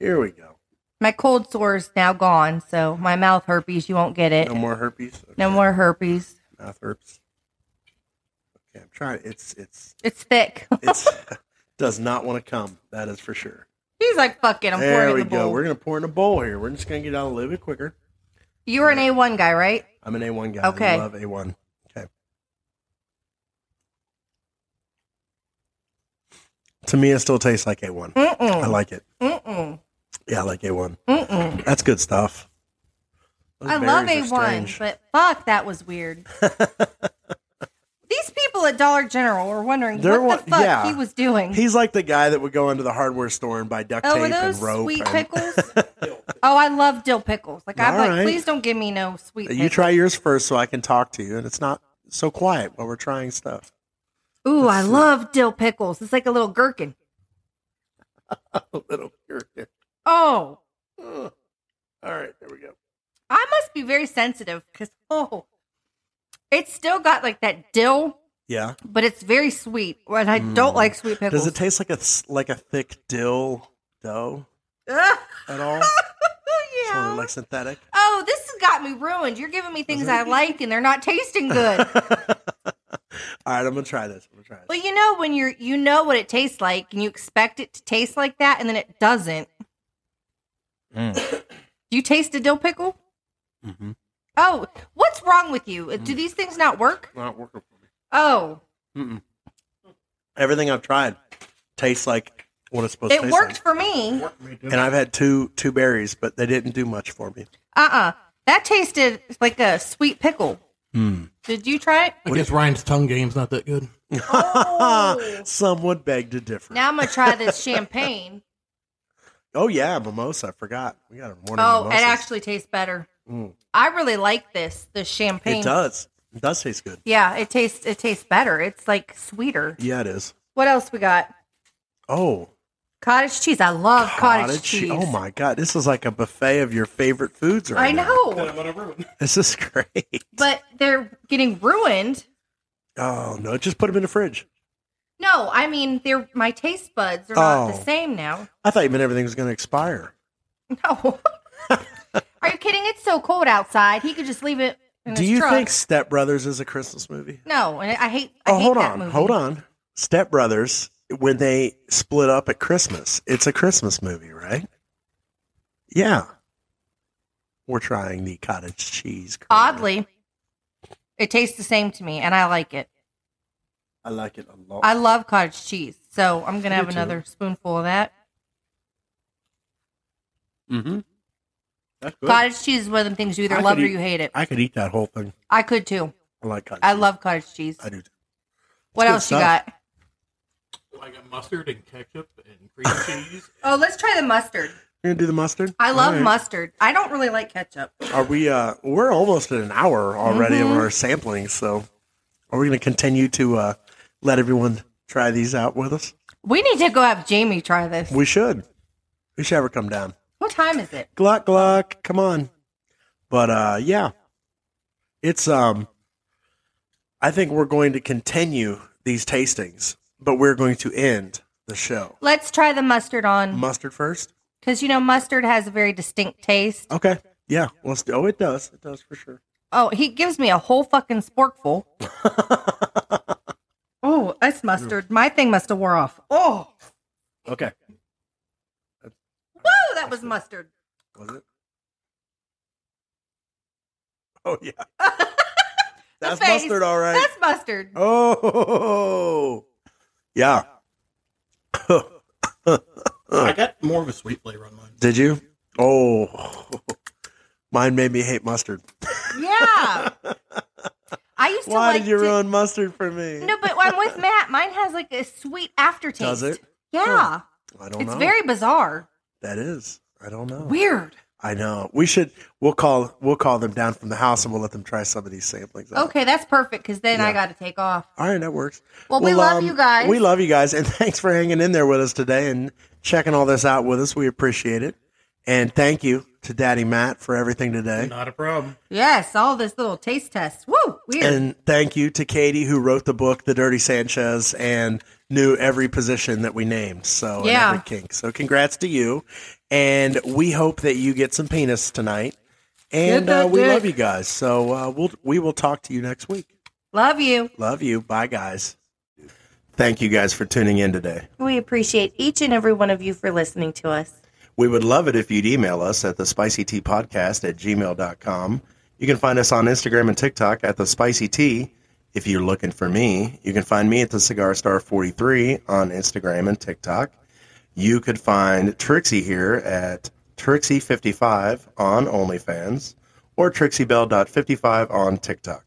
S1: Here we go.
S2: My cold sore is now gone, so my mouth herpes. You won't get it.
S1: No more herpes. Okay.
S2: No more herpes.
S1: mouth herpes. Okay, I'm trying it's it's
S2: It's thick.
S1: it's does not want to come, that is for sure.
S2: He's like fucking. I'm
S1: there
S2: pouring
S1: we
S2: in the
S1: go.
S2: bowl.
S1: We're gonna pour in a bowl here. We're just gonna get out a little bit quicker.
S2: You were an A1 guy, right?
S1: I'm an A1 guy. I
S2: Okay.
S1: love A1. Okay. To me, it still tastes like A1. I
S2: Mm-mm.
S1: like it.
S2: Mm-mm.
S1: Yeah, I like A1.
S2: Mm-mm.
S1: That's good stuff. Those
S2: I love
S1: berries
S2: A
S1: are
S2: one,
S1: strange.
S2: but fuck, that was weird. These people at Dollar General were wondering
S1: They're
S2: what the
S1: wa-
S2: fuck
S1: yeah.
S2: he was doing.
S1: He's like the guy that would go into the hardware store and buy duct
S2: oh, were
S1: tape and
S2: those
S1: rope.
S2: sweet
S1: and-
S2: pickles? oh, I love dill pickles. Like I'm
S1: All
S2: like,
S1: right.
S2: please don't give me no sweet.
S1: you
S2: pickles.
S1: try yours first, so I can talk to you, and it's not so quiet while we're trying stuff.
S2: Ooh, I
S1: see.
S2: love dill pickles. It's like a little gherkin.
S1: A little here.
S2: Oh,
S1: All right, there we go.
S2: I must be very sensitive because oh, it's still got like that dill,
S1: Yeah.
S2: but it's very sweet. And I don't
S1: Mm.
S2: like sweet pickles.
S1: Does it taste like a s- like a thick dill dough
S2: Ugh.
S1: at all? Sort
S2: yeah.
S1: of like synthetic.
S2: Oh, this has got me ruined. You're giving me things I like and they're not tasting
S1: all
S2: good.
S1: right, I'm gonna try this. I'm gonna try this.
S2: well, you know when you're you know what it tastes like and you expect it to taste like that and then it doesn't.
S1: Mm.
S2: Do you taste a dill pickle?
S1: Mm-hmm.
S2: Oh, what's wrong with
S1: Mm.
S2: you? Do these things not work?
S1: Not working for me.
S2: Oh,
S1: Everything I've tried tastes like what it's supposed to
S2: it
S1: taste
S2: worked
S1: like.
S2: for me. Uh
S3: Pork made this-
S1: And I've had two two berries, but they didn't do much for me.
S2: uh That tasted like a sweet pickle.
S1: Mm.
S2: Did you try it?
S5: I guess Ryan's tongue game's not that good.
S1: Some would beg to differ.
S2: Now I'm gonna try this champagne.
S1: oh yeah, mimosa. I forgot. We got a morning
S2: Oh,
S1: mimosas.
S2: it actually tastes better.
S1: Mm.
S2: I really like this. The champagne.
S1: It does. It does taste good.
S2: Yeah, it tastes it tastes better. It's like sweeter.
S1: Yeah, it is.
S2: What else we got?
S1: Oh,
S2: Cottage cheese. I love cottage, cheese.
S1: che- Oh my god, this is like a buffet of your favorite foods right
S2: I
S1: now.
S3: Then
S2: know,
S3: I'm gonna ruin.
S1: This is great.
S2: but they're getting ruined.
S1: Oh no, just put them in the fridge.
S2: No, I mean they're my taste buds are not
S1: Oh.
S2: the same now.
S1: I thought you meant everything was going to expire.
S2: No. Are you kidding? It's so cold outside. He could just leave it in
S1: Do
S2: his
S1: you
S2: truck.
S1: think Step Brothers is a Christmas movie?
S2: No, and I hate. I
S1: Oh,
S2: hate
S1: hold
S2: that
S1: on,
S2: movie.
S1: hold on. Step Brothers, when they split up at Christmas, it's a Christmas movie, right? Yeah. We're trying the cottage cheese. currently.
S2: Oddly, it tastes the same to me, and I like it.
S1: I like it a lot.
S2: I love cottage cheese, so I'm
S1: Me
S2: gonna have
S1: too.
S2: another spoonful of that.
S3: Mm-hmm. That's good.
S2: Cottage cheese is one of them things you either
S1: I could
S2: love or
S1: eat-
S2: you hate it.
S1: I could eat that whole thing.
S2: I could too.
S1: I like cottage
S2: I
S1: cheese.
S2: love cottage cheese.
S1: I do. too.
S2: What
S1: Mm-hmm. good
S2: else you
S1: stuff.
S2: got?
S5: I got mustard and ketchup and cream cheese.
S2: Oh, let's try the mustard.
S1: You're gonna do the mustard?
S2: I
S1: All
S2: love
S1: right.
S2: mustard. I don't really like ketchup.
S1: Are we? uh We're almost at an hour already
S2: Mhm.
S1: of our sampling. So, are we gonna continue to uh let everyone try these out with us?
S2: We need to go have Jamie try this.
S1: We should. We should have her come down.
S2: What time is it?
S1: Gluck gluck. Come on. But uh yeah. It's um I think we're going to continue these tastings, but we're going to end the show.
S2: Let's try the mustard on
S1: Mustard first?
S2: because you know mustard has a very distinct taste.
S1: Okay. Yeah. Let's do oh it does. It does for sure.
S2: Oh, he gives me a whole fucking sporkful. Oh, that's mustard. My thing must have wore off. Oh,
S1: okay.
S2: woo, that was mustard.
S1: Was it? Oh yeah. That's
S2: face.
S1: mustard all right.
S2: That's mustard.
S1: Oh, yeah.
S3: I got more of a sweet flavor on mine.
S1: Did you? Oh, mine made me hate mustard.
S2: Yeah. I used to
S1: Why
S2: like
S1: did you
S2: to-
S1: ruin mustard for me?
S2: No, but I'm with Matt. Mine has like a sweet aftertaste.
S1: Does it?
S2: Yeah.
S1: I don't
S2: It's
S1: know.
S2: very bizarre.
S1: that is. I don't know.
S2: Weird.
S1: I know. We should. We'll call. We'll call them down from the house, and we'll let them try some of these samplings. out.
S2: Okay, that's perfect because then I
S1: Yeah.
S2: got to take off.
S1: All right, that works.
S2: Well, we love
S1: um,
S2: you guys.
S1: We love you guys, and thanks for hanging in there with us today and checking all this out with us. We appreciate it, and thank you to Daddy Matt for everything today.
S5: Not a problem.
S2: Yes, all this little taste test. Woo, weird.
S1: And thank you to Katie who wrote the book, The Dirty Sanchez, and knew every position that we named. So and
S2: Yeah.
S1: every kink. So congrats to you, and we hope that you get some penis tonight. And
S2: Get that
S1: uh, we
S2: dick.
S1: love you guys. So uh, we'll we will talk to you next week.
S2: love you.
S1: Love you. Bye, guys. Thank you guys for tuning in today.
S2: We appreciate each and every one of you for listening to us.
S1: We would love it if you'd email us at the spicy tea podcast at gmail.com. You can find us on Instagram and TikTok at the spicy tea. If you're looking for me, you can find me at the cigar star 43 on Instagram and TikTok. You could find Trixie here at Trixie55 on OnlyFans or TrixieBell.55 on TikTok.